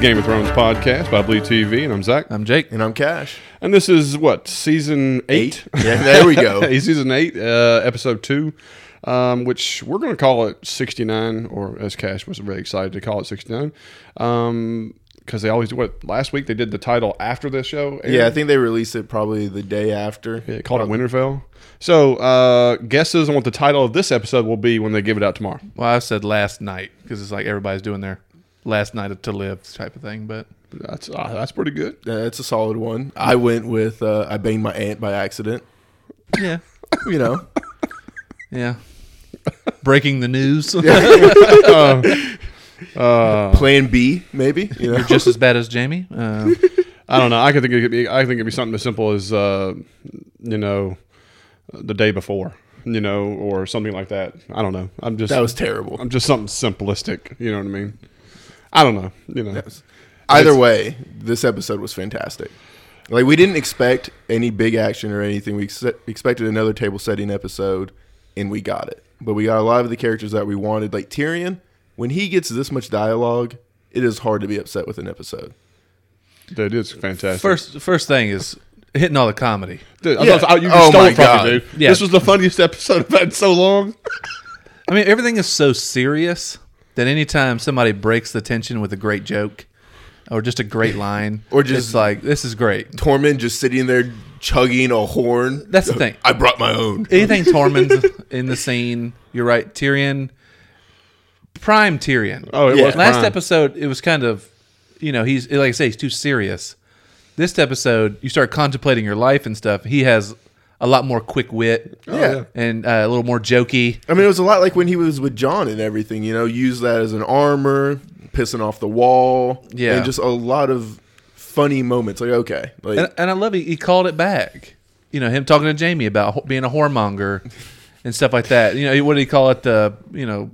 Game of Thrones podcast by Blue TV, and I'm Zach. I'm Um, Jake. And I'm Cash. And this is what season eight. Yeah, there we go. Hey, season eight, uh, episode two, um, which we're going to call it 69, or as Cash was very excited to call it 69, because they always what last week they did the title after this show. aired? Yeah, I Uh, think they released it probably the day after. Yeah, they called it Winterfell. So uh, guesses on what the title of this episode will be when they give it out tomorrow. Well, I said last night because it's like everybody's doing their last night to live type of thing. But That's uh, that's pretty good. Uh, it's a solid one. I went with uh, I banged my aunt by accident. yeah, You know, yeah. Breaking the news. Uh, Plan B maybe. You know, Just as bad as Jamie. Uh, I don't know. I could think it could be. I think it'd be something as simple as uh, you know, the day before, you know, or something like that. I don't know. I'm just that was terrible. I'm just something simplistic. You know what I mean? I don't know. You know. Either way, this episode was fantastic. Like we didn't expect any big action or anything. We ex- expected another table setting episode, and we got it. But we got a lot of the characters that we wanted. Like Tyrion, when he gets this much dialogue, it is hard to be upset with an episode. Dude, it's fantastic. first, first thing is hitting all the comedy. dude, I Yeah. thought, oh, you just Oh stole my it from God. me, dude. Yeah. This was the funniest episode I've had in so long. I mean, everything is so serious that anytime somebody breaks the tension with a great joke or just a great line, Or just- it's like this is great. Tormund just sitting there chugging a horn. That's the thing. I brought my own. anything Tormund's in the scene, you're right. Tyrion, prime Tyrion. Oh, it Yeah. was last prime. episode it was kind of, you know, he's like I say, he's too serious. This episode, you start contemplating your life and stuff. He has a lot more quick wit yeah. Oh, yeah. and uh, a little more jokey. I mean, it was a lot like when he was with John and everything. You know, use that as an armor, pissing off the wall. Yeah. and just a lot of funny moments. Like, okay, like And, uh, and I love he, he called it back. You know, him talking to Jamie about ho- being a whoremonger and stuff like that. You know, what do he call it? The you know,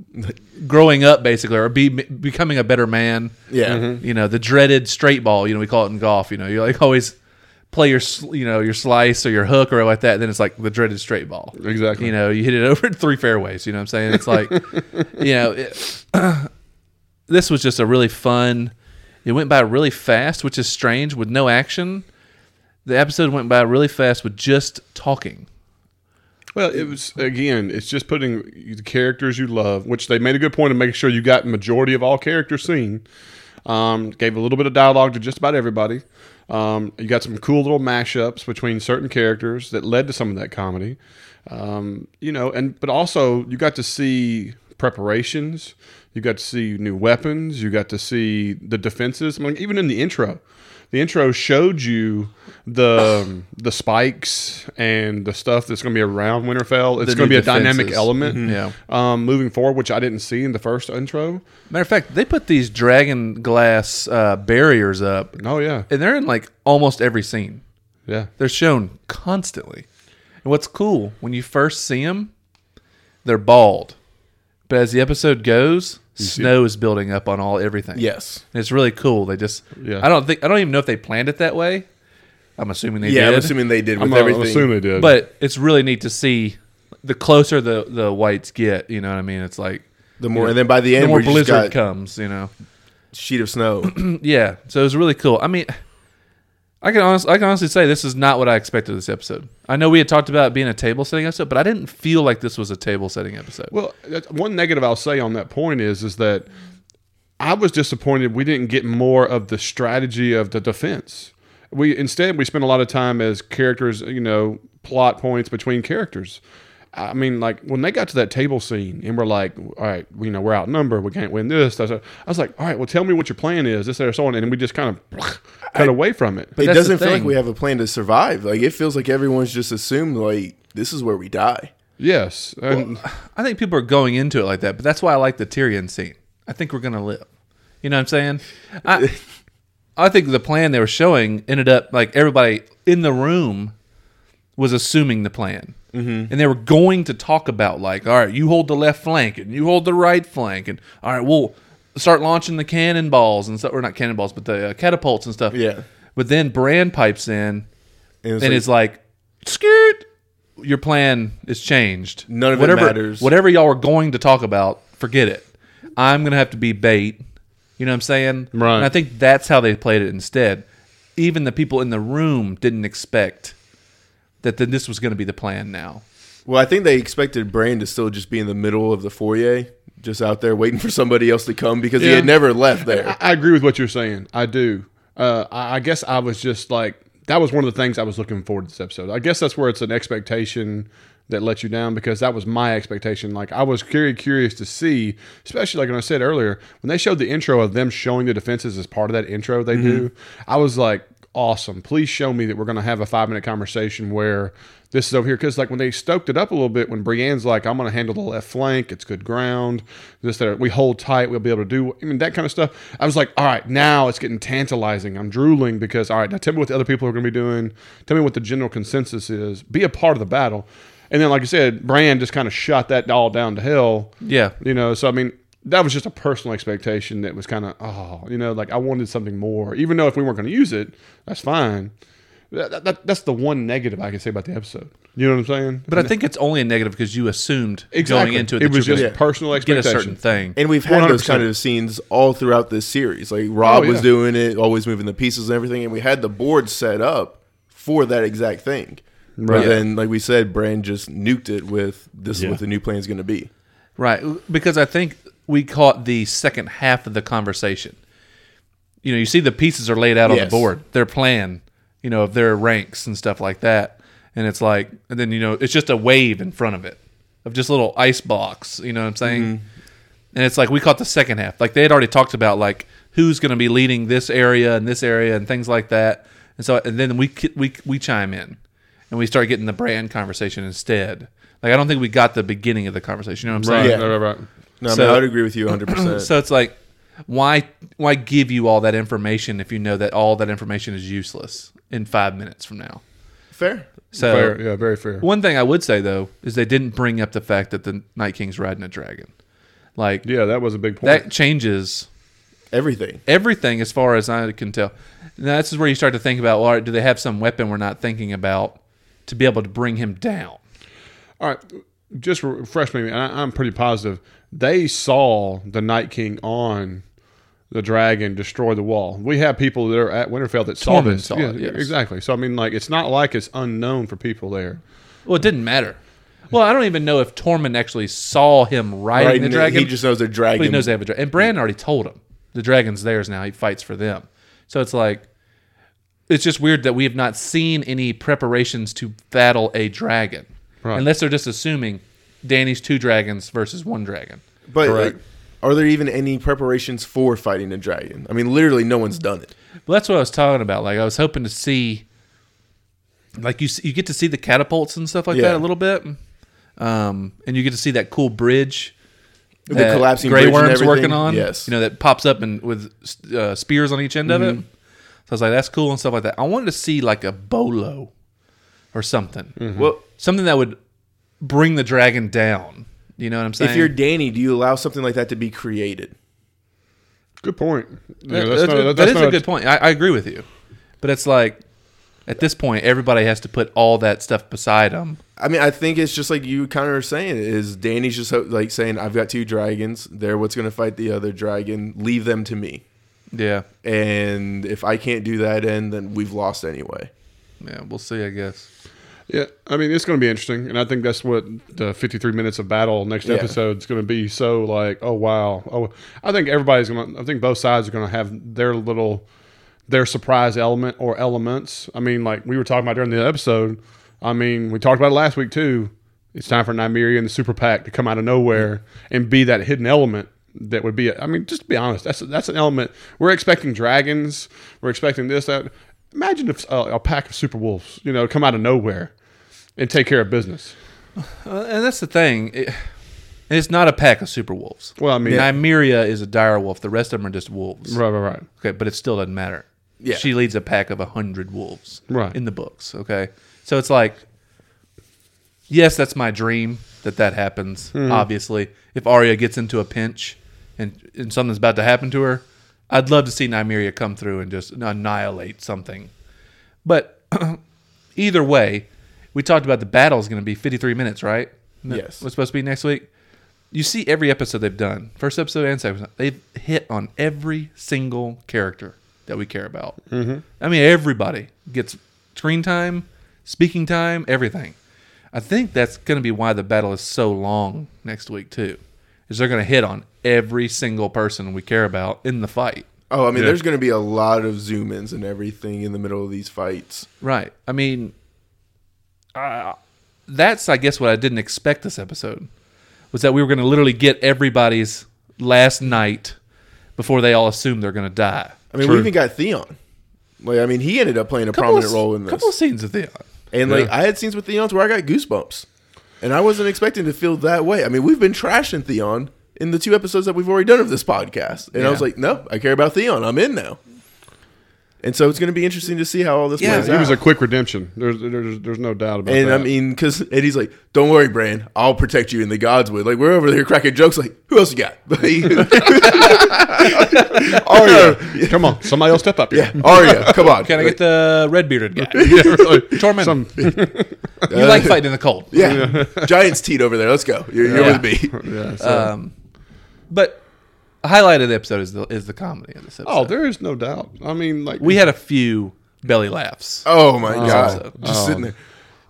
growing up basically, or be becoming a better man. Yeah. Mhm. You know, the dreaded straight ball. You know, we call it in golf. You know, you like always play your sl- you know your slice or your hook or like that. then it's like the dreaded straight ball. Exactly. You know, you hit it over three fairways. You know what I'm saying? It's like, you know, it, this was just a really fun. It went by really fast, which is strange with no action. The episode went by really fast with just talking. Well, it was again. It's just putting the characters you love, which they made a good point of making sure you got majority of all characters seen. Um, gave a little bit of dialogue to just about everybody. Um, you got some cool little mashups between certain characters that led to some of that comedy. Um, you know, and but also you got to see preparations. You got to see new weapons. You got to see the defenses. I mean, even in the intro, the intro showed you the um, the spikes and the stuff that's going to be around Winterfell. It's The going to new be a dynamic defenses. Mm-hmm. element, Yeah. um, moving forward, which I didn't see in the first intro. Matter of fact, they put these dragon glass uh, barriers up, Oh yeah, and they're in like almost every scene. yeah. They're shown constantly. And what's cool when you first see them, they're bald, but as the episode goes, snow is building up on all everything. yes, And it's really cool. They just Yeah. I don't think I don't even know if they planned it that way. I'm assuming they yeah. did. I'm assuming they did with I'm, uh, everything. I'm assuming they did, but it's really neat to see the closer the the whites get, you know what I mean? It's like the more, and then by the the end, more we just blizzard got comes, you know. sheet of snow. Yeah. So it was really cool. I mean I can honestly I can honestly say this is not what I expected this episode. I know we had talked about it being a table setting episode, but I didn't feel like this was a table setting episode. Well, that's, one negative I'll say on that point is is that I was disappointed we didn't get more of the strategy of the defense. We instead we spent a lot of time as characters, you know, plot points between characters. I mean, like when they got to that table scene and we're like, all right, you know, we're outnumbered, we can't win this. that's- I was like, all right, well, tell me what your plan is, this, that, or so on, and we just kind of cut away from it. it that's the doesn't feel like thing. we have a plan to survive. Like it feels like everyone's just assumed like this is where we die. Yes, and I think people are going into it like that, but that's why I like the Tyrion scene. I think we're gonna live. You know what I'm saying? I I think the plan they were showing ended up like everybody in the room was assuming the plan, mm-hmm. and they were going to talk about like, all right, you hold the left flank and you hold the right flank, and all right, we'll start launching the cannonballs and stuff, or not cannonballs, but the uh, catapults and stuff. Yeah. But then Bran pipes in And and it's like, it's like, skirt, your plan is changed. None of it whatever, matters. Whatever y'all were going to talk about, forget it. I'm gonna have to be bait You know what I'm saying? Right. And I think that's how they played it instead. Even the people in the room didn't expect that then this was going to be the plan now. Well, I think they expected Brain to still just be in the middle of the foyer, just out there waiting for somebody else to come because he Yeah. had never left I, there. I agree with what you're saying. I do. Uh, I, I guess I was just like that was one of the things I was looking forward to this episode. I guess that's where it's an expectation that let you down because that was my expectation. Like I was very curious to see, especially like when I said earlier, when they showed the intro of them showing the defenses as part of that intro they do, I was like, awesome. Please show me that we're going to have a five minute conversation where this is over here. Because, like, when they stoked it up a little bit, when Brienne's like, I'm going to handle the left flank, it's good ground, this, that, we hold tight, we'll be able to do, I mean, that kind of stuff. I was like, all right, now it's getting tantalizing. I'm drooling because, all right, now tell me what the other people are going to be doing. Tell me what the general consensus is. Be a part of the battle. And then, like I said, Brand just kind of shot that all down to hell. Yeah. You know, so I mean, that was just a personal expectation that was kind of, oh, you know, like I wanted something more. Even though if we weren't going to use it, that's fine. That, that- that- that's the one negative I can say about the episode. You know what I'm saying? But I think it's only a negative because you assumed Exactly. going into it that it was you're just gonna personal get a expectation. certain thing. And we've had those 100%. kind of scenes all throughout this series. Like Rob Oh, yeah. was doing it, always moving the pieces and everything, and we had the board set up for that exact thing. But Right. then, like we said, Brain just nuked it with this Yeah. is what the new plan is going to be. Right, because I think we caught the second half of the conversation. You know, you see the pieces are laid out on Yes. the board, their plan, you know, of their ranks and stuff like that. And it's like, and then, you know, it's just a wave in front of it of just little ice box, you know what I'm saying? Mm-hmm. And it's like we caught the second half. Like they had already talked about like who's going to be leading this area and this area and things like that. And so and then we ki- we we chime in and we start getting the brand conversation instead. Like I don't think we got the beginning of the conversation, you know what I'm saying? Right, Yeah. right, right, right. No, I So- mean, I would agree with you 100%. So it's like, why why give you all that information if you know that all that information is useless in five minutes from now? Fair. So fair. Yeah, very fair. one thing I would say though is they didn't bring up the fact that the Night King's riding a dragon. Like Yeah, that was a big point. that changes Everything. everything as far as I can tell. Now, this is where you start to think about, well, all right, do they have some weapon we're not thinking about to be able to bring him down? All right, just refresh me. and I, I'm pretty positive they saw the Night King on the dragon destroy the wall. We have people there at Winterfell that saw Tormund this. saw it, yes. exactly. So I mean, like, it's not like it's unknown for people there. Well, it didn't matter. Well, I don't even know if Tormund actually saw him riding Right? the And dragon. He just knows they're dragging. But he knows they have a dragon. And Brandon already told him the dragon's theirs now. He fights for them. So it's like, it's just weird that we have not seen any preparations to battle a dragon, Right. unless they're just assuming Danny's two dragons versus one dragon. But Correct. like, are there even any preparations for fighting a dragon? I mean, literally, no one's done it. Well, that's what I was talking about. Like I was hoping to see, like you s- you get to see the catapults and stuff like Yeah. that a little bit, um, and you get to see that cool bridge. The that collapsing Grey bridge and Worm's everything. working on. Yes. Mm-hmm. you know that pops up and with uh, spears on each end of it. So I was like, that's cool and stuff like that. I wanted to see like a bolo or something, Well, something that would bring the dragon down. You know what I'm saying? if you're Danny, do you allow something like that to be created? Good point. Yeah, That- that's that's not- a- that- that that's is not a good point. I, I agree with you, but it's like at this point, everybody has to put all that stuff beside them. I mean, I think it's just like you kind of are saying is Danny's just ho- like saying, "I've got two dragons. They're what's going to fight the other dragon. Leave them to me. Yeah, And if I can't do that, end then we've lost anyway." yeah, we'll see. I guess. Yeah, I mean it's going to be interesting, and I think that's what the 53 minutes of battle next Yeah. episode is going to be. So like, oh wow, oh, I think everybody's going to. I think both sides are going to have their little, their surprise element or elements. I mean, like we were talking about during the episode. I mean, we talked about it last week too. It's time for Nymeria and the Super PAC to come out of nowhere and be that hidden element that would be. I mean, just to be honest, that's that's an element we're expecting dragons. We're expecting this that. Imagine if uh, a pack of super wolves, you know, come out of nowhere and take care of business. Uh, and that's the thing. It- it's not a pack of super wolves. Well, I mean, Nymeria is a dire wolf. The rest of them are just wolves. right, right, right. Okay, but it still doesn't matter. Yeah. She leads a pack of a hundred wolves. Right. In the books. Okay. So it's like Yes, that's my dream that that happens, obviously. If Arya gets into a pinch and, and something's about to happen to her, I'd love to see Nymeria come through and just annihilate something. But either way, we talked about the battle's going to be 53 minutes, right? Yes. What's supposed to be next week? you see every episode they've done, first episode and second, episode, they've hit on every single character that we care about. Mm-hmm. I mean, everybody gets screen time, speaking time, everything. I think that's going to be why the battle is so long next week too, is they're going to hit on every single person we care about in the fight. Oh, I mean, there's going to be a lot of zoom ins and everything in the middle of these fights. Right. I mean, uh, that's I guess what I didn't expect this episode was that we were going to literally get everybody's last night before they all assume they're going to die. I mean, we even got Theon. Like, I mean, he ended up playing a prominent role in this. Couple of scenes of Theon. And like I had scenes with Theon's where I got goosebumps, and I wasn't expecting to feel that way. I mean, we've been trashing Theon in the two episodes that we've already done of this podcast, and I was Yeah. like, no, I care about Theon. I'm in now. And so it's going to be interesting to see how all this Yeah, plays It was out. a quick redemption. There's there's, there's no doubt about and that. I mean, because Eddie's like, "Don't worry, Bran. I'll protect you in the gods would." Like we're over there cracking jokes. Like, who else you got? Arya. Oh, come on, somebody else step up. Yeah, Here. Arya. Come on. Can I get the red bearded guy? Yeah, really. Tormund. Some- You like fighting in the cold. Yeah, Giants teed over there. Let's go. You're, you're Yeah. with me. yeah, so- Um, but the highlight of the episode is the is the comedy of this episode. oh, there is no doubt. I mean, like we had a few belly laughs. Oh my god! so- Just sitting there.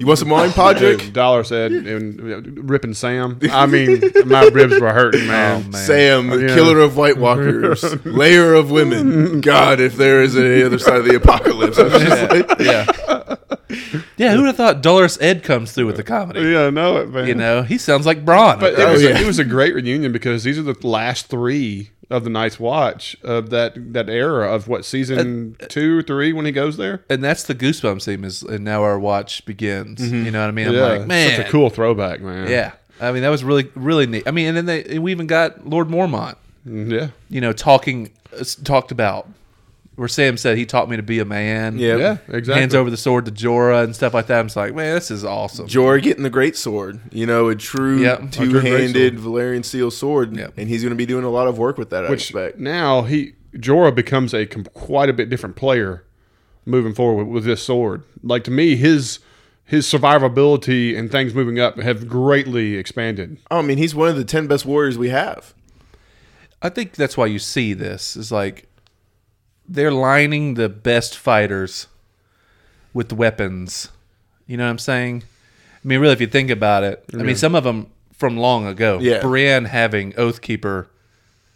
You want some wine, Podrick? Dollar said, and ripping Sam. I mean, my ribs were hurting, man. Oh, man. Sam, the Yeah. killer of White Walkers, layer of women. God, if there is any other side of the apocalypse, I was just like, Yeah, yeah. Who would have thought Dolores Ed comes through with the comedy? Yeah, I know it, man. Um, You know, he sounds like Braun. But it Oh, was, yeah. it was a great reunion because these are the last three of the Night's Watch of that that era of what season Uh, two or three when he goes there. and that's the goosebumps theme is, and now our watch begins. You know what I mean? I'm Mm-hmm. yeah, like, man, such a cool throwback, man. Yeah, I mean that was really really neat. I mean, and then they and we even got Lord Mormont. Mm, yeah. You know, talking uh, talked about where Sam said he taught me to be a man. Yeah. Yeah, exactly. hands over the sword to Jorah and stuff like that. I'm just like, man, this is awesome. Jorah getting the great sword. You know, a true Yep. A true great two-handed Valerian steel sword, Yep. and he's going to be doing a lot of work with that. I Which expect. now he Jorah becomes a com- quite a bit different player moving forward with, with this sword. Like to me, his his survivability and things moving up have greatly expanded. Oh, I mean, he's one of the ten best warriors we have. I think that's why you see this is like they're lining the best fighters with weapons. You know what I'm saying? I mean, really, if you think about it, I mean, some of them from long ago. Yeah. Brienne having Oathkeeper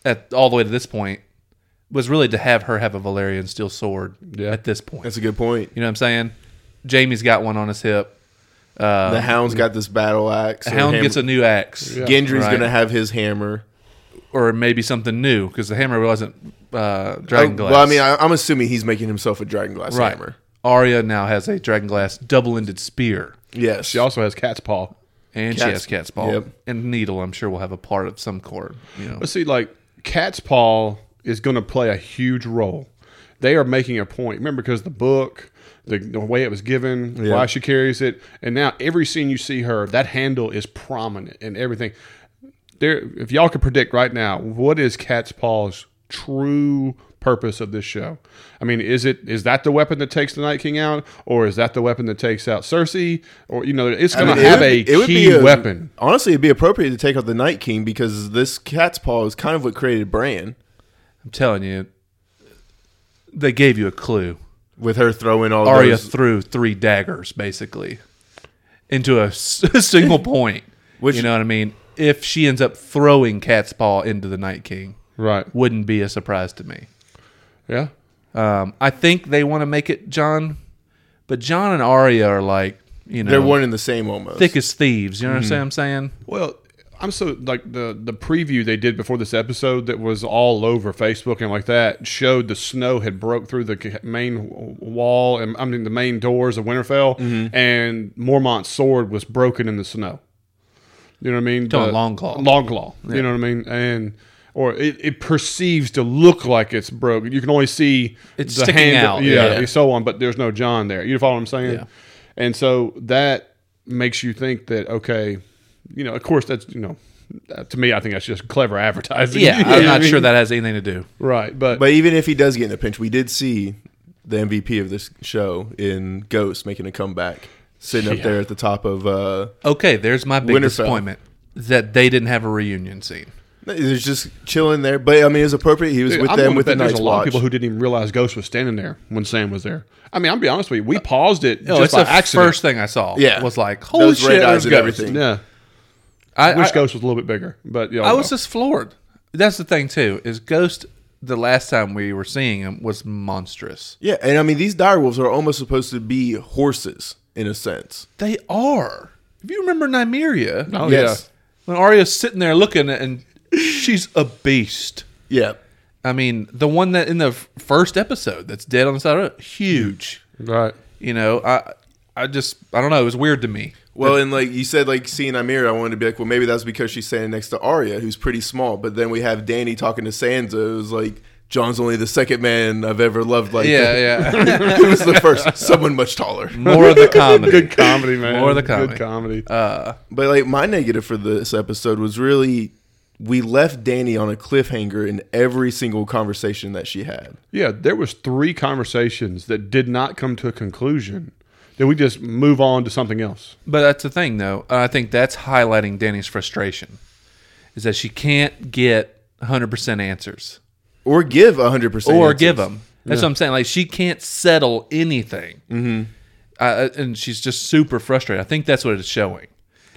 at all the way to this point was really to have her have a Valerian steel sword Yeah. at this point. That's a good point. you know what I'm saying? Jamie's got one on his hip. the Hound's got this battle axe. or Um, Hound hammer- gets a new axe. Gendry's Right. going to have his hammer. Or maybe something new because the hammer wasn't uh, dragon glass. Oh, Well, I mean, I, I'm assuming he's making himself a dragon glass Right. hammer. Arya now has a dragon glass double ended spear. Yes. She also has cat's paw. And she Cat's- has cat's paw. yep. And needle, I'm sure, will have a part of some sort. You know. But see, like cat's paw is going to play a huge role. They are making a point. Remember, because the book, the, the way it was given, Yeah. why she carries it, and now every scene you see her, that handle is prominent and everything. There, if y'all could predict right now, what is cat's paw's true purpose of this show? I mean, is it is that the weapon that takes the Night King out, or is that the weapon that takes out Cersei, or you know, it's going I mean, to have would- a key a- weapon. Honestly, it'd be appropriate to take out the Night King because this cat's paw is kind of what created Bran I'm telling you, they gave you a clue. with her throwing all Arya those. threw three daggers, basically, into a s- single point. Which- you know what I mean? If she ends up throwing cat's paw into the Night King, Right? wouldn't be a surprise to me. Yeah. Um, I think they want to make it John, but John and Arya are like, you know, They're Mm-hmm. one and the same almost. thick as thieves. You know what I'm saying? Well, I'm so like the the preview they did before this episode that was all over Facebook and like that showed the snow had broke through the ca- main w- wall and I mean the main doors of Winterfell Mm-hmm. and Mormont's sword was broken in the snow. You know what I mean? Talking The- Longclaw. Longclaw. You know what I mean? And or it, it perceives to look like it's broken. You can only see It's sticking out, yeah, yeah. and so on. But there's no John there. You follow what I'm saying? Yeah. And so that makes you think that okay, you know, of course that's you know, that- to me I think that's just clever advertising. Yeah, You know I'm what I not mean? sure that has anything to do. Right, but, But even if he does get in a pinch, we did see the MVP of this show in Ghost making a comeback, sitting up Yeah. there at the top of. Uh, Okay, there's my big Winterfell. disappointment. that they didn't have a reunion scene. There's just chilling there, but I mean, it's appropriate. He was Dude, with I'm them willing with to the bet there's Night's a lot of Watch. people who didn't even realize Ghost was standing there when Sam was there. I mean, I'll be honest with you, we paused it just No, Uh, oh, it's by the accident. first thing I saw. Yeah. was like holy Those shit, red there's eyes and Ghost. everything. yeah, I, I wish I- Ghost was a little bit bigger, but yeah, I was just floored. That's the thing too. Is Ghost the last time we were seeing him was monstrous. Yeah, and I mean, these direwolves are almost supposed to be horses in a sense. They are. If you remember Nymeria, oh, yes. when Arya's sitting there looking at- and she's a beast. Yeah. I mean, the one that in the f- first episode that's dead on the side of the road, huge. yeah, right. You know, I I just I don't know. It was weird to me. Well, and like you said, like seeing Amira, I wanted to be like, well, maybe that's because she's standing next to Arya, who's pretty small. But then we have Danny talking to Sansa, who's like, John's only the second man I've ever loved. Like, Yeah, that. yeah. Who was the first? Someone much taller. More of the comedy. Good comedy, man. More of the Good comedy. comedy. But like my negative for this episode was really we left Danny on a cliffhanger in every single conversation that she had. yeah, there was three conversations that did not come to a conclusion. Did we just move on to something else? But that's the thing, though. and I think that's highlighting Danny's frustration, is that she can't get 100% answers Or give hundred percent, or give them. That's what I'm saying. Like she can't settle anything, mm-hmm. uh, and she's just super frustrated. I think that's what it's showing.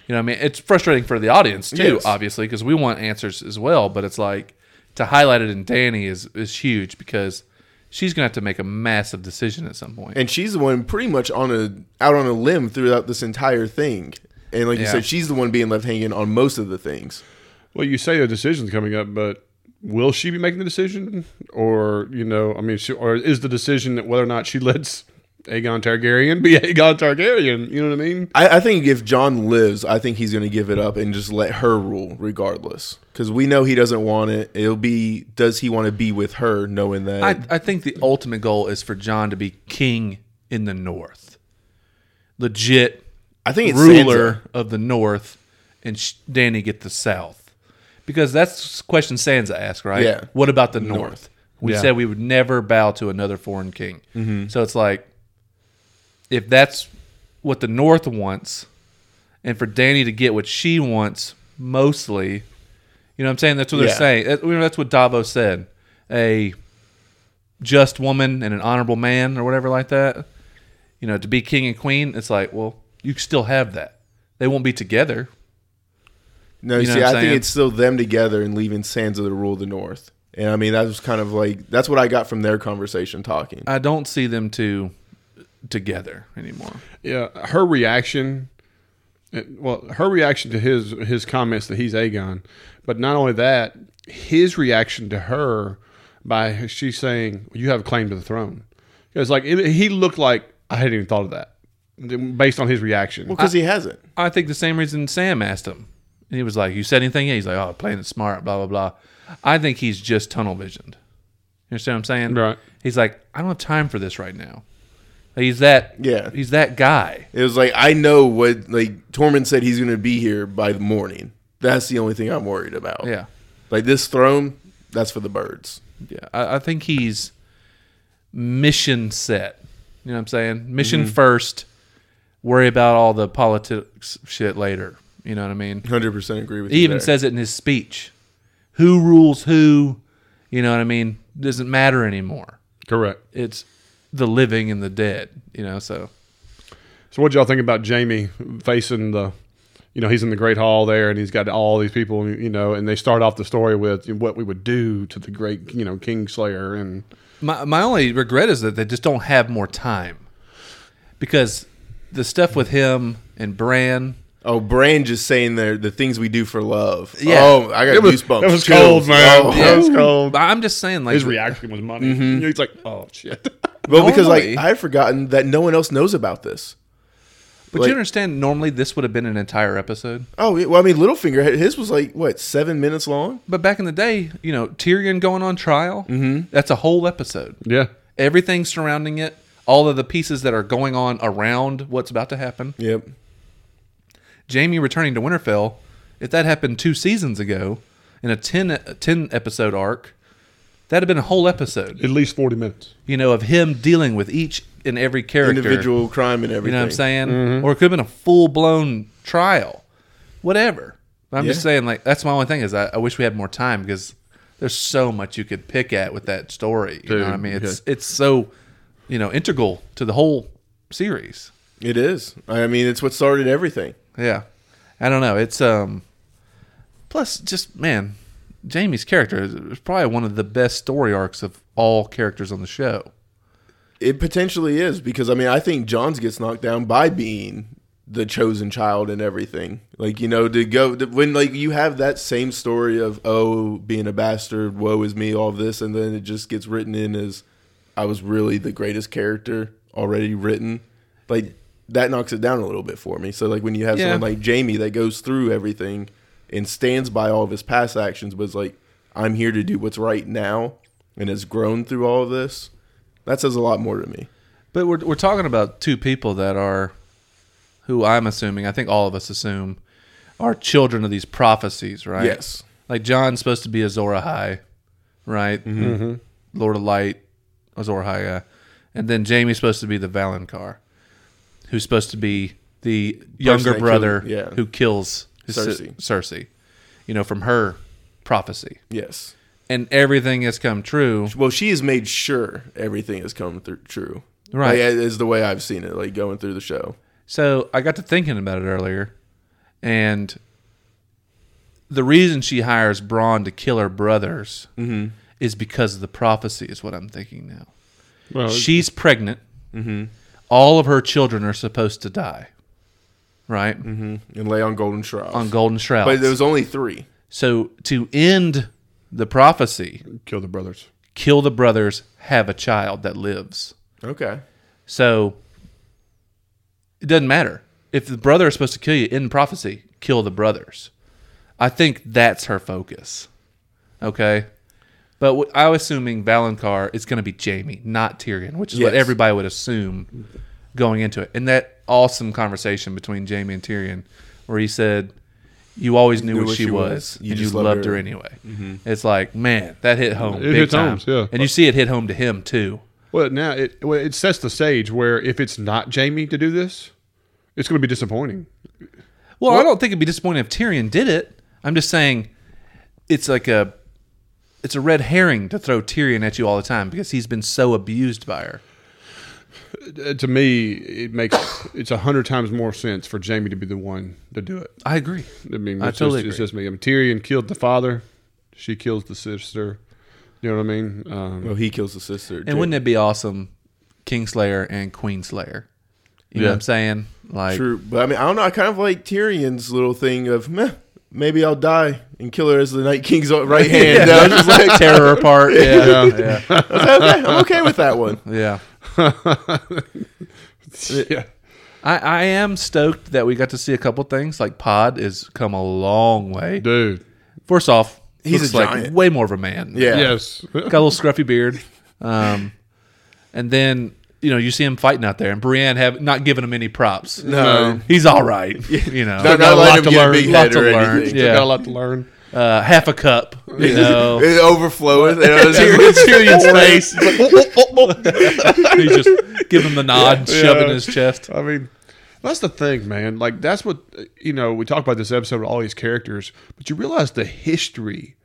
You know, what I mean, it's frustrating for the audience too, Yes. obviously, because we want answers as well. But it's like to highlight it in Danny is is huge because she's gonna have to make a massive decision at some point. And she's the one pretty much on a out on a limb throughout this entire thing. And like you Yeah. said, she's the one being left hanging on most of the things. Well, you say a decision's coming up, but will she be making the decision, or you know, I mean, she, or is the decision that whether or not she lets Aegon Targaryen be Aegon Targaryen? You know what I mean? I, I think if John lives, I think he's going to give it up and just let her rule regardless. Because we know he doesn't want it. It'll be does he want to be with her, knowing that I, I think the ultimate goal is for John to be king in the North, legit I think it's ruler of the North, and sh- Danny get the South, because that's the question Sansa asked, right? Yeah. What about the North? We Yeah. said we would never bow to another foreign king. So it's like, if that's what the North wants, and for Danny to get what she wants, mostly, you know what I'm saying? That's what Yeah. they're saying. That- remember, That's what Davo said. A just woman and an honorable man or whatever like that. You know, to be king and queen, it's like, well, you still have that. They won't be together. No, You know see, what I I'm think saying? it's still them together and leaving Sansa to rule the North. And I mean, that was kind of like that's what I got from their conversation talking. I don't see them two together anymore. Yeah, her reaction. it- Well, her reaction to his his comments that he's Aegon, but not only that, his reaction to her by she saying you have a claim to the throne. It was like it, he looked like I hadn't even thought of that based on his reaction. Well, because he hasn't. I think the same reason Sam asked him. And he was like, You said anything? Yeah. He's like, Oh, playing it smart, blah, blah, blah. I think he's just tunnel visioned. You understand what I'm saying? Right. He's like, I don't have time for this right now. He's that Yeah. He's that guy. It was like I know what like Tormund said he's going to be here by the morning. That's the only thing I'm worried about. Yeah. like this throne, that's for the birds. Yeah. I, I think he's mission set. You know what I'm saying? Mission first. Worry about all the politics shit later. You know what I mean? Hundred percent agree with He you. even there. says it in his speech. Who rules who? You know what I mean? Doesn't matter anymore. Correct. It's the living and the dead. You know, so So what y'all think about Jamie facing the you know, he's in the great hall there and he's got all these people, you know, and they start off the story with what we would do to the great, you know, Kingslayer and my my only regret is that they just don't have more time because the stuff with him and Bran. "Oh, Bran just saying there the things we do for love." Yeah. Oh, I got goosebumps. It was Chills. cold, man. Oh. That was cold. I'm just saying, like His reaction was money. He's like, "Oh shit." Well, because like Normally- I had forgotten that no one else knows about this. But Like- you understand, normally this would have been an entire episode. Oh, yeah, well, I mean, Littlefinger, had- his was like what seven minutes long. But back in the day, you know, Tyrion going on trial, mm-hmm. that's a whole episode. yeah. Everything surrounding it, all of the pieces that are going on around what's about to happen. Yep. Jamie returning to Winterfell, if that happened two seasons ago in a 10, a 10 episode arc, that'd have been a whole episode, At least 40 minutes. you know, of him dealing with each and every character. Individual crime and You everything. Mm-hmm. know what I'm saying? Or it could have been a full blown trial, whatever. But But I'm Yeah. just saying, like, that's my only thing is I, I wish we had more time because there's so much you could pick at with that story. You Dude, know what I mean? It's it's so you know integral to the whole series. It is. I mean, it's what started everything. Yeah, I don't know. It's um, plus just man, Jamie's character is, is probably one of the best story arcs of all characters on the show. It potentially is because I mean I think Johns gets knocked down by being the chosen child and everything. Like you know to go to, when like you have that same story of oh being a bastard, woe is me, all this, and then it just gets written in as I was really the greatest character already written. Like that knocks it down a little bit for me. So like when you have Yeah. someone like Jamie that goes through everything and stands by all of his past actions, but is like I'm here to do what's right now, and has grown through all of this. That says a lot more to me. But we're we're talking about two people that are, who I'm assuming, I think all of us assume, are children of these prophecies, right? Yes. Like John's supposed to be Azor High, right? Mm-hmm. Lord of Light, Azor High guy, and then Jamie's supposed to be the Valonqar, who's supposed to be the younger that brother killed- yeah. who kills his si- Cersei. Cersei, you know, from her prophecy, Yes. and everything has come true. Well, she has made sure everything has come through true. Right. Like, is the way I've seen it, like going through the show. So I got to thinking about it earlier, and the reason she hires Braun to kill her brothers Mm-hmm. is because of the prophecy, is what I'm thinking now. Well, She's pregnant. All of her children are supposed to die, right? And lay on golden shrouds. On golden shrouds. but there was only three. so to end the prophecy, kill the brothers. kill the brothers, have a child that lives. Okay. So it doesn't matter. If the brother is supposed to kill you in prophecy, kill the brothers. I think that's her focus. Okay. But w- I'm assuming Valonqar is going to be Jamie, not Tyrion, which is what Yes. everybody would assume going into it. And that awesome conversation between Jamie and Tyrion, where he said, You always knew, what, she was, You and you just loved, loved her, Mm-hmm. her." anyway. It's like, man, that hit home. It big hits time. homes, yeah. And you see it hit home to him, too. Well, now it well, it sets the stage where if it's not Jamie to do this, it's going to be disappointing. Well, I don't think it'd be disappointing if Tyrion did it. I'm just saying it's like a it's a red herring to throw Tyrion at you all the time because he's been so abused by her. Uh, to me, it makes it's a hundred times more sense for Jamie to be the one to do it. I agree. I mean, I it's, totally just, it's agree. just me. I mean, Tyrion killed the father. She kills the sister. You know what I mean? Um, Well, he kills the sister. And wouldn't it be awesome Kingslayer and Queenslayer? You know Yeah. what I'm saying? Like True, but I mean, I don't know. I kind of like Tyrion's little thing of Meh, maybe I'll die and kill her as the Night King's right hand. And I was just like, tear her apart. Yeah. Yeah. Yeah. I was like, okay, I'm okay with that one. yeah. I, I am stoked that we got to see a couple things. Like Pod has come a long way. Dude. First off, He's looks a like giant. way more of a man. Yeah. Yes. got a little scruffy beard. Um, and then you know you see him fighting out there, and Brienne have not giving him any props. No. he's all right. You know, Not, got a not lot letting him to get learn, a big lot head to or learn. anything. Still Yeah. got a lot to learn. uh, half a cup. You know, It overfloweth. And I was just like, Tyrion's face. Oh, he's just giving him the nod, and shoving Yeah. his chest. I mean, that's the thing, man. Like that's what you know. We talk about this episode with all these characters, but you realize the history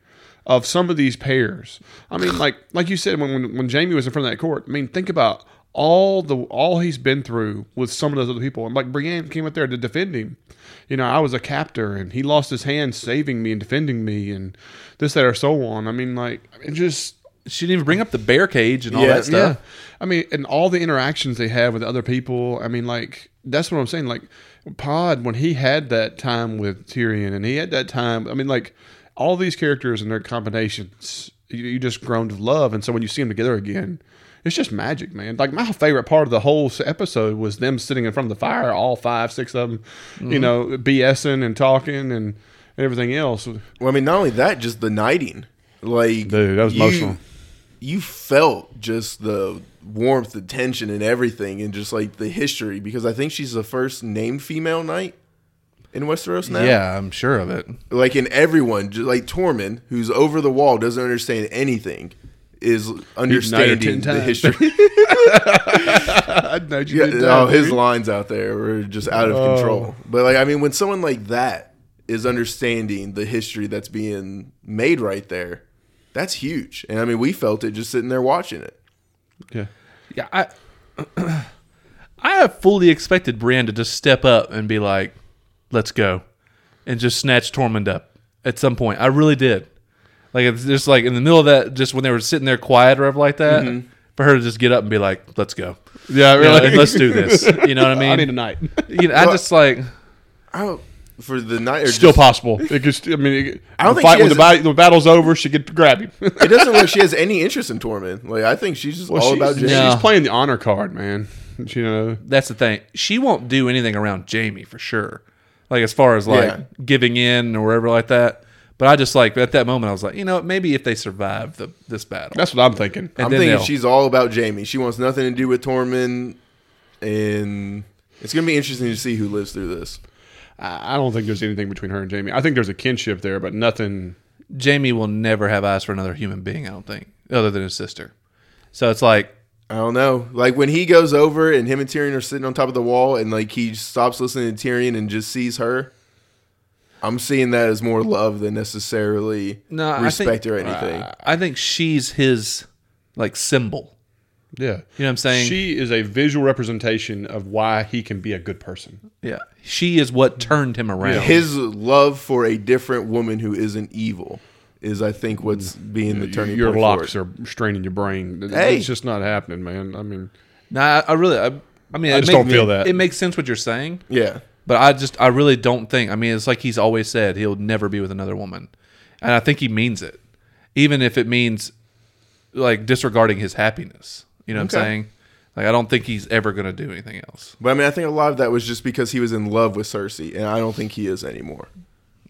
of some of these pairs. I mean, like like you said when when, when Jamie was in front of that court. I mean, think about all the all he's been through with some of those other people. And like Brienne came up there to defend him. You know, I was a captor and he lost his hand saving me and defending me and this, that, or so on. I mean, like it just She didn't even bring up the bear cage and all Yeah, that stuff. I mean, and all the interactions they have with other people. I mean, like that's what I'm saying. Like Pod, when he had that time with Tyrion, and he had that time. I mean, like all these characters and their combinations, you, you just grown to love. And so when you see them together again, it's just magic, man. Like my favorite part of the whole s- episode was them sitting in front of the fire, all five, six of them, you Mm-hmm. know, BSing and talking and everything else. Well, I mean, not only that, just the knighting. Like, Dude, that was you- emotional. You felt just the warmth, the tension, and everything, and just like the history, because I think she's the first named female knight in Westeros now. Yeah, I'm sure of it. like in everyone, just like Tormund, who's over the wall, doesn't understand anything, is ten understanding the times. history. I know you Yeah, did oh, that, his dude. Oh. lines out there were just out of control. But like, I mean, when someone like that is understanding the history that's being made right there. That's huge. And I mean, we felt it just sitting there watching it. Yeah. Yeah, I I fully expected Brienne to just step up and be like, "Let's go," and just snatch Tormund up at some point. I really did. Like it's just like in the middle of that, just when they were sitting there quiet or whatever like that, for her to just get up and be like, "Let's go," Mm-hmm. Yeah, You know, really. and let's do this. You know what I mean? I need a night. you know, I just like I don't, for the night, or Still just- possible. It could. st- I mean, it, I don't the think fight she when the, has- bat- the battle's over, she could grab him. it doesn't look like she has any interest in Tormund. Like I think she's just well, all she's, about Jamie. she's Yeah. playing the honor card, man. You know, that's the thing. She won't do anything around Jamie for sure. Like as far as like Yeah. giving in or whatever like that. But I just like at that moment I was like, you know, what, maybe if they survive the this battle. that's what I'm thinking. And I'm then thinking they'll- she's all about Jamie. She wants nothing to do with Tormund, and it's gonna be interesting to see who lives through this. I I don't think there's anything between her and Jamie. I think there's a kinship there, but nothing. Jamie will never have eyes for another human being, I don't think, other than his sister. So it's like, I don't know. Like when he goes over and him and Tyrion are sitting on top of the wall, and like he stops listening to Tyrion and just sees her. I'm seeing that as more love than necessarily No, I think- respect or anything. I think she's his like symbol. Yeah. You know what I'm saying? She is a visual representation of why he can be a good person. yeah. She is what turned him around. His love for a different woman who isn't evil is, I think, what's Mm. being the turning your point. locks for it. are straining your brain. It- Hey. It's just not happening, man. I mean, Nah, I, I really, I, I mean, I it just make- don't feel that. It makes sense what you're saying, yeah. but I just, I really don't think. I mean, it's like he's always said he'll never be with another woman, and I think he means it, even if it means like disregarding his happiness. You know what I'm Okay. saying? Like, I don't think he's ever going to do anything else. But I mean, I think a lot of that was just because he was in love with Cersei, and I don't think he is anymore.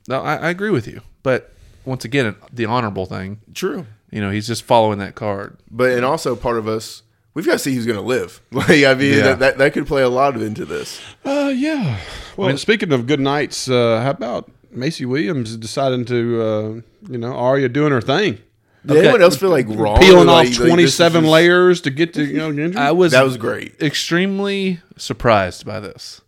No, I, I agree with you. But once again, the honorable thing, True. you know, he's just following that card. But and also part of us, we've got to see who's going to live. Like I mean, Yeah. that, that that could play a lot of into this. uh, yeah. Well, speaking of good nights, uh, how about Macy Williams deciding to, uh, you know, Arya doing her thing, Did Okay. anyone else feel like wrong? peeling off Like- like, this is twenty seven just- layers to get to you know. Gendry? I was That was great. extremely surprised by this.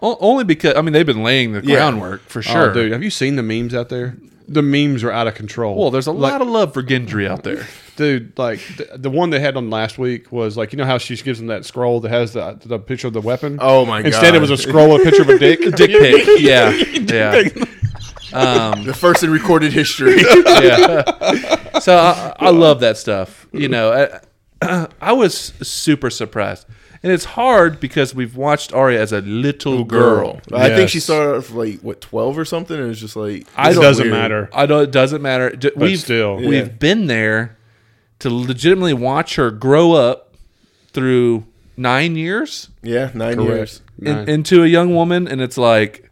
O- only because I mean they've been laying the Yeah. groundwork for Oh, sure. dude. Have you seen the memes out there? The memes are out of control. well, there's a Like, lot of love for Gendry out there. dude like the, the one they had on last week was like you know how she gives him that scroll that has the, the picture of the weapon Oh, my instead it God. was a scroll a picture of a dick Dick pic, yeah, yeah, The first in recorded history. yeah. So I, I love that stuff. You know, I, I was super surprised, and it's hard because we've watched Arya as a little girl. Girl, I think Yes. she started off like what twelve or something, and it's just like it this is doesn't weird. matter I know it doesn't matter. J- we've still. we've Yeah. been there to legitimately watch her grow up through nine years Yeah, nine years. in- Nine. into a young woman, and it's like,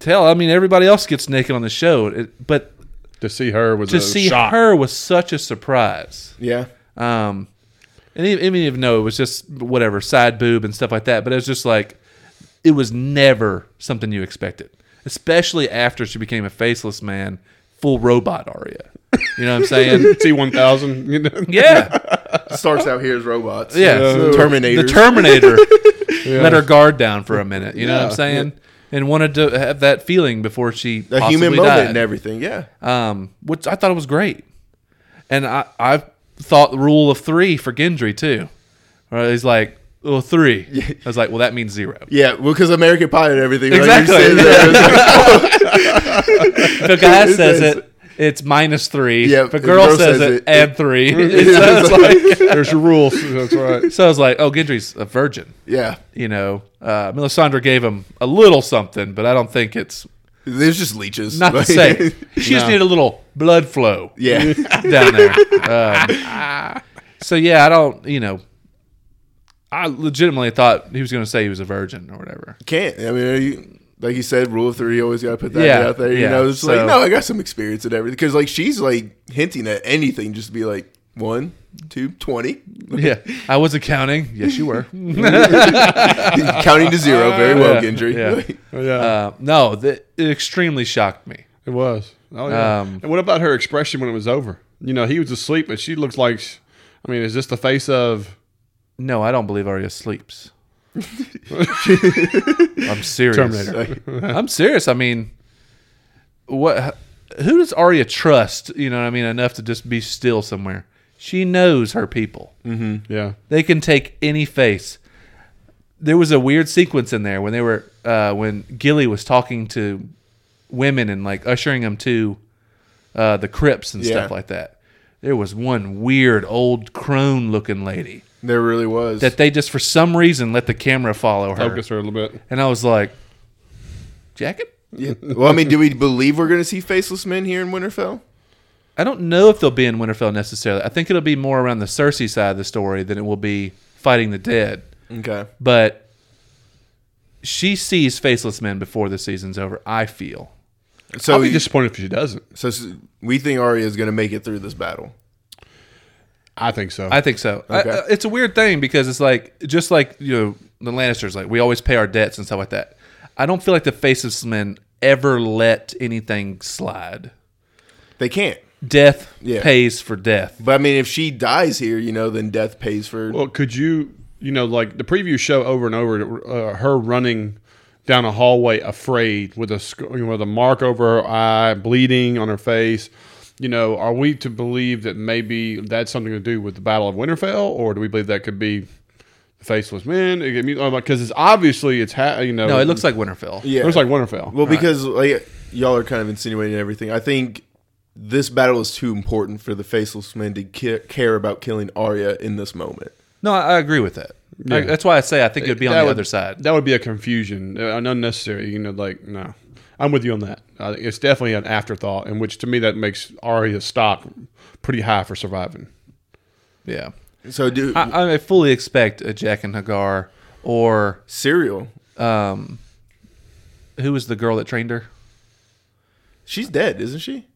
tell. I mean, everybody else gets naked on the show, it, but to see her was to a see shock. her was such a surprise. Yeah, Um, and even, even if no, it was just whatever side boob and stuff like that. But it was just like it was never something you expected, especially after she became a faceless man, full robot Arya. You know what I'm saying? T1000 you know yeah, starts out here as robots. Yeah. Terminator. the Terminator let her guard down for a minute. You know what I'm Yeah. saying? And wanted to have that feeling before she a possibly human moment died. and everything. Yeah, um, which I thought it was great. And I, I thought the rule of three for Gendry too. Where he's like, well, three. I was like, well, that means zero. yeah. Well, because American Pie and everything. like, you Exactly. sit there, it's like, If a guy It says says- it, it's minus three. Yeah, if a girl, says, it, add three. so, it's like, there's your rules that's right so I was like, oh, Gendry's a virgin. yeah, You know, uh, Melisandre gave him a little something, but I don't think it's there's just leeches. not the Like- same. She just needed a little blood flow. Yeah, down there. Um, so yeah, I don't. You know, I legitimately thought he was going to say he was a virgin or whatever. can't. I mean, you, like you said, rule of three. You always got to put that Yeah, out there. You yeah. know, it's So- like no, I got some experience and everything. Because like she's like hinting at anything, just be like one, two, twenty, Yeah, I wasn't counting. Yes, you were. counting to zero. Very well, Yeah, Gendry. yeah. Oh, yeah Uh, no, that it extremely shocked me. it was oh yeah Um, and what about her expression when it was over you know he was asleep but she looks like sh- I mean is this the face of No, I don't believe Arya sleeps. I'm serious. Terminator I'm serious. I mean, what? Who does Arya trust? You know what I mean? Enough to just be still somewhere. She knows her people. Yeah. They can take any face. There was a weird sequence in there when they were uh, when Gilly was talking to women and like ushering them to uh, the crypts and stuff Yeah. like that. There was one weird old crone looking lady There really was. that they just for some reason let the camera follow her. Focus her a little bit. And I was like, jacket? Yeah. Well, I mean, do we believe we're going to see faceless men here in Winterfell? I don't know if they'll be in Winterfell necessarily. I think it'll be more around the Cersei side of the story than it will be fighting the dead. Okay. But she sees faceless men before the season's over. I feel I'll So, be disappointed if she doesn't. so s- we think Arya is going to make it through this battle. I think so. I think so. I- Okay. I- it's a weird thing because it's like just like you know the Lannisters, like we always pay our debts and stuff like that. I don't feel like the faceless men ever let anything slide. They can't. Death Yeah. pays for death. But I mean, if she dies here, you know, then death pays for. Well, could you, you know, like the preview show over and over, uh, her running down a hallway afraid with a sc- with a mark over her eye, bleeding on her face. You know, are we to believe that maybe that's something to do with the Battle of Winterfell, or do we believe that could be the Faceless Men? Because oh, it's obviously it's ha- you know No, it looks like Winterfell. it yeah. looks like Winterfell. well, because like y'all are kind of insinuating everything. I think this battle is too important for the faceless men to ca- care about killing Arya in this moment. No, I, I agree with that. I- that's why I say I think it'd be on That the would- other side. That would be a confusion, uh, an unnecessary. You know, like no, I'm with you on that. Uh, it's definitely an afterthought, and which to me that makes Arya's stock pretty high for surviving. Yeah, So, do I, I fully expect a Jack and Hagar or Serial, um, who was the girl that trained her? she's dead, isn't she?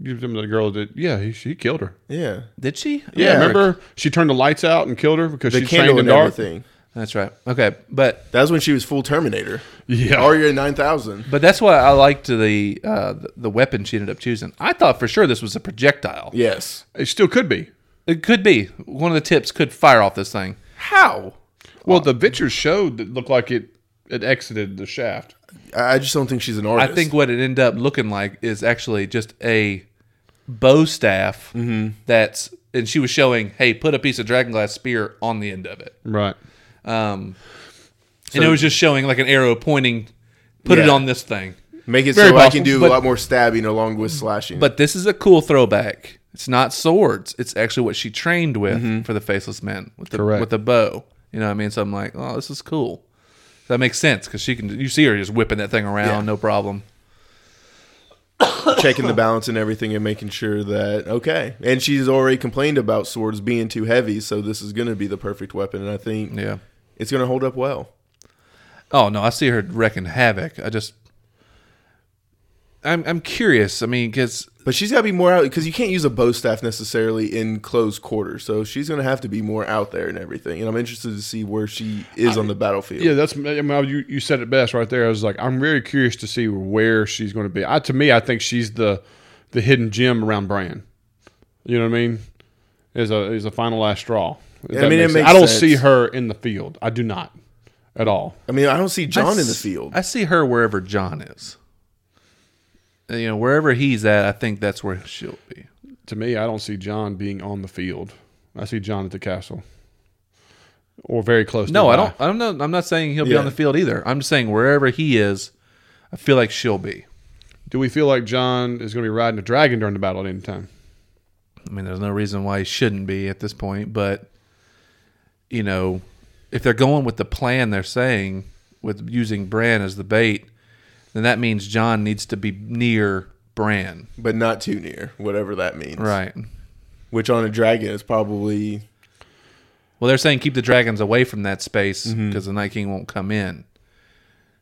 You remember the girl that? Yeah, he, she killed her. Yeah. Did she? I Yeah, remember she turned the lights out and killed her because The she trained candle in and dark. everything. That's right. Okay, but That was when she was full Terminator. Yeah, Arya 9000. but that's why I liked the uh, the- the weapon she ended up choosing. I thought for sure this was a projectile. Yes. it still could be. It could be one of the tips could fire off this thing. How? Uh, Well, the pictures showed that looked like it it exited the shaft. I I just don't think she's an I artist. think what it ended up looking like is actually just a bow staff Mm-hmm. that's and she was showing, hey, put a piece of dragonglass spear on the end of it. Right. Um, and it was just showing like an arrow pointing, put it Yeah. on this thing. Make it so Very I possible, can do but- a lot more stabbing along with slashing. But this is a cool throwback. It's not swords. It's actually what she trained with Mm-hmm. for the faceless men with the Correct. with the bow. You know what I mean? So I'm like, oh, this is cool. That makes sense because she can. You see her just whipping that thing around, no problem. checking the balance and everything and making sure that okay. And she's already complained about swords being too heavy, so this is going to be the perfect weapon. And I think Yeah. it's going to hold up well. Oh no, I see her wrecking havoc. I just, I'm I'm curious. I mean, because But she's got to be more out because you can't use a bow staff necessarily in close quarters. So she's going to have to be more out there and everything. And I'm interested to see where she is on the battlefield. Yeah, that's. I mean, you, you said it best right there. I was like, I'm very curious to see where she's going to be. I, to me, I think she's the the hidden gem around Bran. You know what I mean? Is a is a final last straw. If I that mean, it sense. makes I don't sense. see her in the field. I do not at all. I mean, I don't see I John in the s- field. I see her wherever John is. You know, wherever he's at, I think that's where she'll be. To me, I don't see John being on the field. I see John at the castle, or very close. No, to I don't. I'm not. I'm not saying he'll be Yeah. on the field either. I'm just saying wherever he is, I feel like she'll be. Do we feel like John is going to be riding a dragon during the battle at any time? I mean, there's no reason why he shouldn't be at this point. But you know, if they're going with the plan they're saying with using Bran as the bait, then that means John needs to be near Bran, but not too near, whatever that means. right? Which on a dragon is probably Well, they're saying keep the dragons away from that space because the Night King won't come in.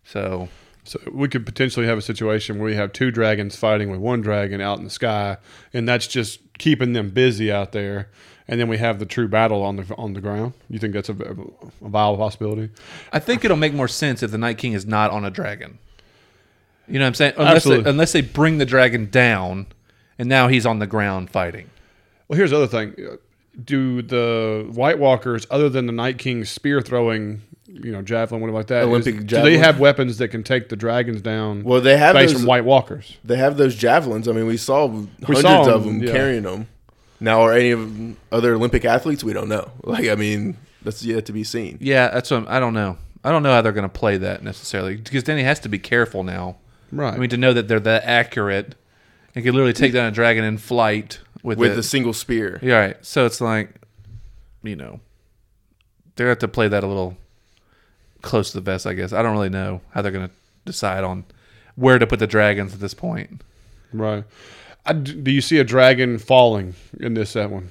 So So we could potentially have a situation where we have two dragons fighting with one dragon out in the sky, and that's just keeping them busy out there. And then we have the true battle on the on the ground. You think that's a, a viable possibility? I think it'll make more sense if the Night King is not on a dragon. You know what I'm saying? Unless they, Absolutely. unless they bring the dragon down, and now he's on the ground fighting. Well, here's the other thing: do the White Walkers, other than the Night King's spear throwing you know, javelin, whatever like that. is- Olympic Do they javelin. have weapons that can take the dragons down? Well, they have based those- from White Walkers. They have those javelins. I mean, we saw hundreds saw of them, them yeah. carrying them. Now, are any of 'em other Olympic athletes? We don't know. Like, I mean, that's yet to be seen. Yeah, that's what I'm, I don't know. I don't know how they're going to play that necessarily because then he has to be careful now. Right. I mean, to know that they're that accurate and can literally take down a dragon in flight with With it. a single spear, yeah, right. So it's like, you know, they're going to have to play that a little close to the vest, I guess. I don't really know how they're going to decide on where to put the dragons at this point. Right. I d do you see a dragon falling in this that one?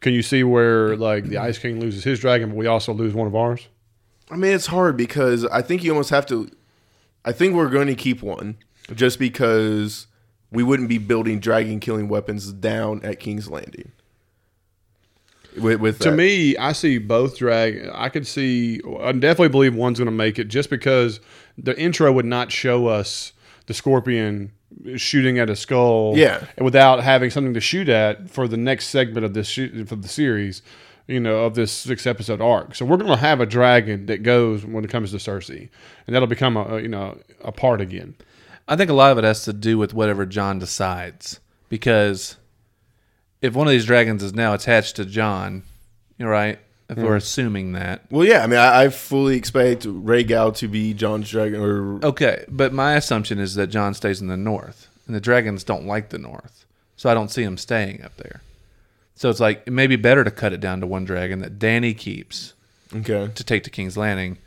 Can you see where like the Ice King loses his dragon, but we also lose one of ours? I mean, it's hard because I think you almost have to. I think we're going to keep one just because we wouldn't be building dragon killing weapons down at King's Landing. With, with To that. me, I see both drag. I could see. I definitely believe one's going to make it, just because the intro would not show us the scorpion shooting at a skull. Yeah. without having something to shoot at for the next segment of this shoot, for the series, you know, of this six episode arc. So we're going to have a dragon that goes when it comes to Cersei, and that'll become a a, you know a part again. I think a lot of it has to do with whatever John decides. Because if one of these dragons is now attached to John, you're right. If we're Hmm. assuming that. Well, yeah. I mean, I, I fully expect Ray Gal to be John's dragon or Okay, but my assumption is that John stays in the north, and the dragons don't like the north. So I don't see him staying up there. So it's like it may be better to cut it down to one dragon that Danny keeps okay. to take to King's Landing.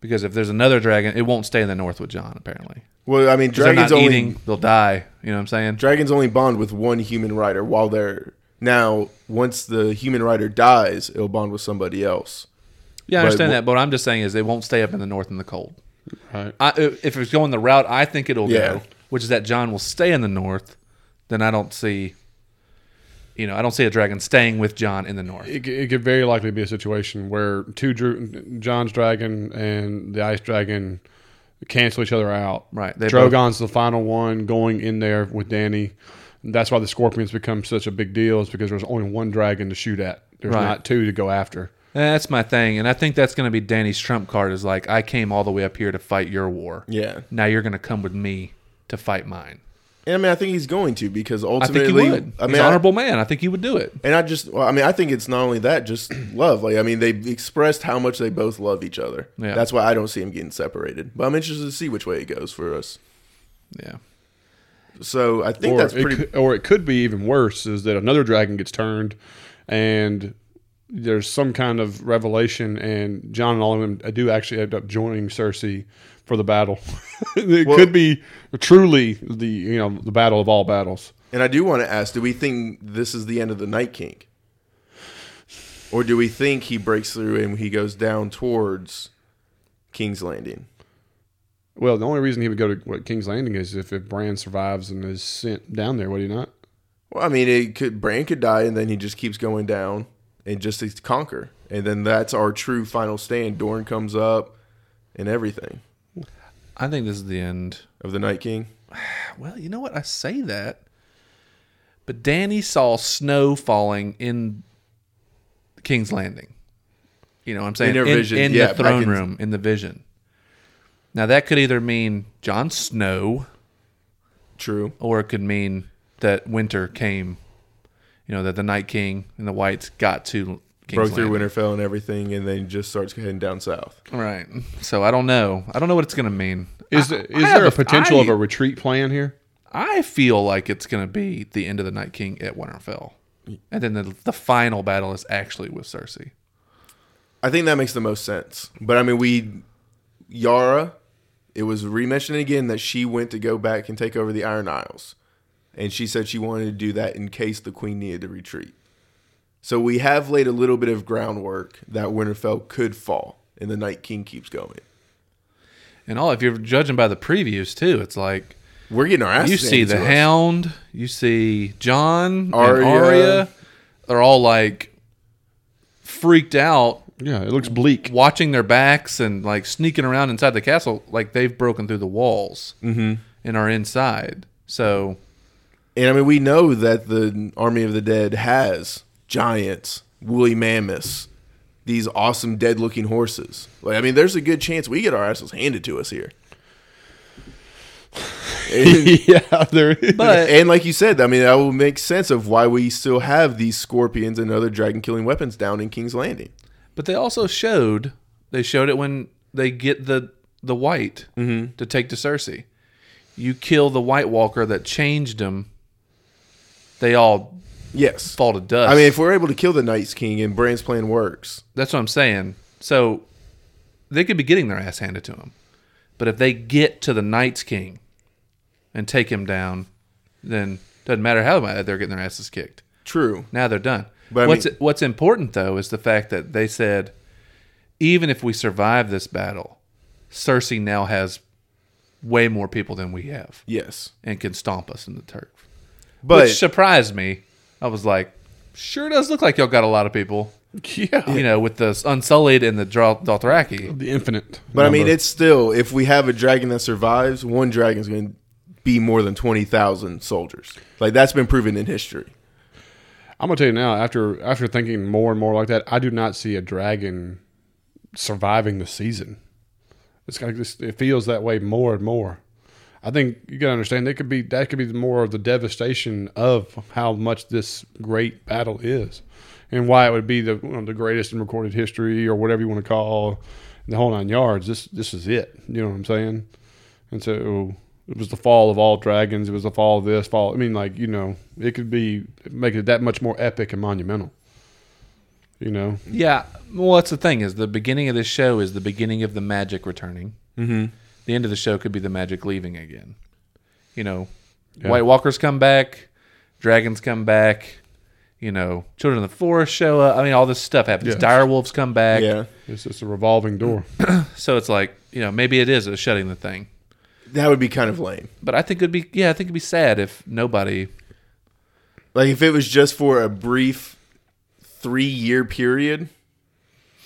Because if there's another dragon, it won't stay in the north with John, apparently. Well, I mean, If they're not dragons only eating, they'll die. You know what I'm saying? dragons only bond with one human rider while they're now once the human rider dies it'll bond with somebody else Yeah, I But understand wh- that, but what I'm just saying is they won't stay up in the north in the cold. Right. I, uh, if it's going the route I think it'll Yeah. go, which is that John will stay in the north, then I don't see, you know, I don't see a dragon staying with John in the north. It, c- it could very likely be a situation where two dr- John's dragon and the ice dragon cancel each other out. Right, they Drogon's the final one going in there with Danny. That's why the scorpions become such a big deal is because there's only one dragon to shoot at. There's Right. not two to go after. And that's my thing, and I think that's going to be Danny's trump card. Is like I came all the way up here to fight your war. yeah Now you're going to come with me to fight mine. and i mean i think he's going to because I think he ultimately would. I mean He's an I- honorable man. I think he would do it. and i just well, i mean i think it's not only that just love like i mean they expressed how much they both love each other Yeah. that's why i don't see them getting separated but i'm interested to see which way it goes for us Yeah. so i think Or that's it pretty could, or it could be even worse is that another dragon gets turned and there's some kind of revelation and John and all of them uh, do actually end up joining Cersei for the battle. it Well- could be truly the you know the battle of all battles. And I do want to ask: Do we think this is the end of the Night King, or do we think he breaks through and he goes down towards King's Landing? Well, the only reason he would go to what King's Landing is if, if Bran survives and is sent down there, would he not? Well, I mean, it could Bran could die, and then he just keeps going down and just to conquer, and then that's our true final stand. Dorne comes up, and everything I think this is the end. of the Night King. Well, you know what? I say that, but Danny saw snow falling in King's Landing. You know what I'm saying? In her vision, in yeah, the back throne in- room, in the vision. Now, that could either mean Jon Snow, True. or it could mean that winter came, you know, that the Night King and the Whites got to King's Broke through Landing. Winterfell and everything, and then just starts heading down south. Right. So I don't know. I don't know what it's going to mean. Is I- there, I is have there a f- potential I- of a retreat plan here? I feel like it's going to be the end of the Night King at Winterfell. And then the, the final battle is actually with Cersei. I think that makes the most sense. But I mean, we Yara, it was re-mentioned again that she went to go back and take over the Iron Isles, and she said she wanted to do that in case the Queen needed to retreat. So we have laid a little bit of groundwork that Winterfell could fall, and the Night King keeps going. And all, if you're judging by the previews too, it's like We're getting our ass. you see handed the to us. Hound, you see John, Arya. and Arya. They're all like freaked out, Yeah, it looks bleak. watching their backs and like sneaking around inside the castle, like they've broken through the walls and are inside. So And I mean, we know that the Army of the Dead has giants, woolly mammoths. these awesome dead looking horses. Like I mean, there's a good chance we get our asses handed to us here. And, yeah, there is. But and like you said, I mean, that will make sense of why we still have these scorpions and other dragon killing weapons down in King's Landing. but they also showed they showed it when they get the the white Mm-hmm. to take to Cersei. You kill the White Walker that changed him. They all Yes. fall to dust. I mean, if we're able to kill the Night's King and Bran's plan works, That's what I'm saying. So they could be getting their ass handed to them. But if they get to the Knights King and take him down, then doesn't matter how bad they're getting their asses kicked. true. Now they're done. But I what's mean- what's important though is the fact that they said even if we survive this battle, Cersei now has way more people than we have Yes. and can stomp us in the turf. But Which surprised me. I was like, sure does look like y'all got a lot of people yeah, you know, with the Unsullied and the Dra- Dothraki. the infinite. but I mean, number. it's still if we have a dragon that survives, one dragon's going to be more than 20,000 soldiers. Like that's been proven in history. I'm gonna tell you now. After after thinking more and more like that, I do not see a dragon surviving the season. It's kind of just, it feels that way more and more. I think you gotta understand that could be that could be the more of the devastation of how much this great battle is, and why it would be the you know, the greatest in recorded history or whatever you want to call the whole nine yards. This this is it. You know what I'm saying? And so it was the fall of all dragons. It was the fall of this fall. I mean, like you know, it could be make it that much more epic and monumental. You know, Yeah. Well, that's the thing is the beginning of this show is the beginning of the magic returning. Mhm. The end of the show could be the magic leaving again. You know, Yeah. White Walkers come back, dragons come back. You know, Children of the Forest show up. I mean, all this stuff happens. Yeah. Dire wolves come back. Yeah. it's just a revolving door. So it's like, you know, maybe it is a shutting the thing. That would be kind of lame. But I think it'd be, yeah, I think it'd be sad if nobody. Like if it was just for a brief 3-year period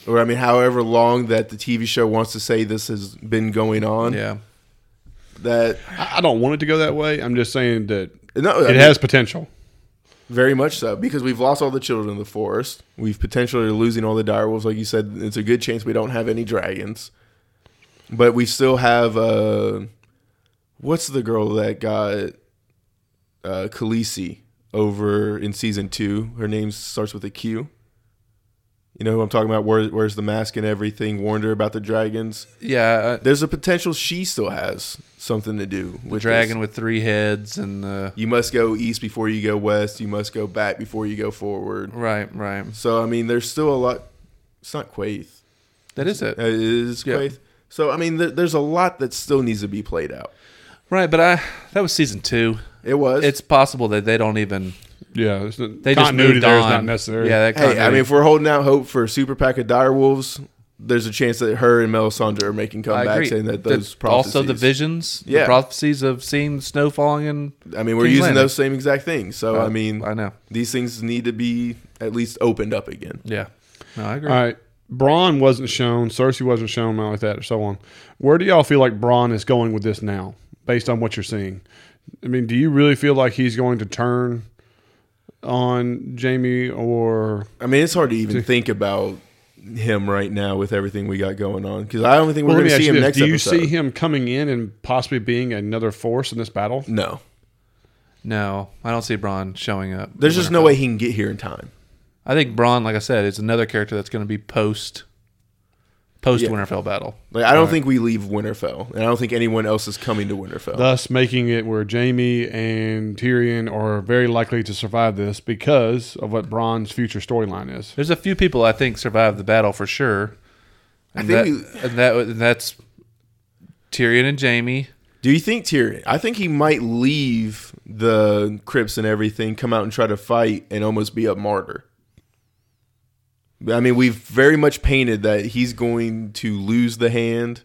or I mean however long that the TV show wants to say this has been going on. Yeah. That I I don't want it to go that way. I'm just saying that no, I it mean, has potential. Very much so, because we've lost all the children of the forest. We've potentially are losing all the direwolves. Like you said, it's a good chance we don't have any dragons, but we still have. Uh, what's the girl that got uh, Khaleesi over in season two? Her name starts with a Q. You know who I'm talking about? Where, where's the mask and everything? Warned her about the dragons. Yeah. uh, There's a potential she still has something to do with Dragon with three heads and the. this. You must go east before you go west. You must go back before you go forward. Right, right. So I mean, there's still a lot. It's not Quaith. That is it. Uh, It is Yeah. Quaith. So I mean, there, there's a lot that still needs to be played out. Right, but I that was season two. It was. It's possible that they don't even Yeah, it's not, they continuity just moved there is on. not necessary. Yeah, that hey, I mean, continuity- if we're holding out hope for a super pack of direwolves, there's a chance that her and Melisandre are making I agree. comebacks, and that The- those prophecies. also the visions, the Yeah. prophecies of seeing snow falling and I mean, we're King's using Landing. those same exact things. So I mean, I know. these things need to be at least opened up again. Yeah, no, I agree. All right. Braun wasn't shown. Cersei wasn't shown. Not like that, or so on. Where do y'all feel like Braun is going with this now, based on what you're seeing? I mean, do you really feel like he's going to turn on Jamie, or I mean, it's hard to even think about him right now with everything we got going on because I don't think we're Well, let me going to ask see you him this. next Do you episode. see him coming in and possibly being another force in this battle? No, No, I don't see Braun showing up. there's just no way he can get here in time. I think Braun, like I said, is another character that's going to be post post Yeah. Winterfell battle. Like I don't think we leave Winterfell, and I don't think anyone else is coming to Winterfell. Thus, making it where Jamie and Tyrion are very likely to survive this because of what Braun's future storyline is. There's a few people I think survived the battle for sure. I And think that, and that and that's Tyrion and Jamie. Do you think Tyrion? I think he might leave the crypts and everything, come out and try to fight, and almost be a martyr. I mean, we've very much painted that he's going to lose the hand.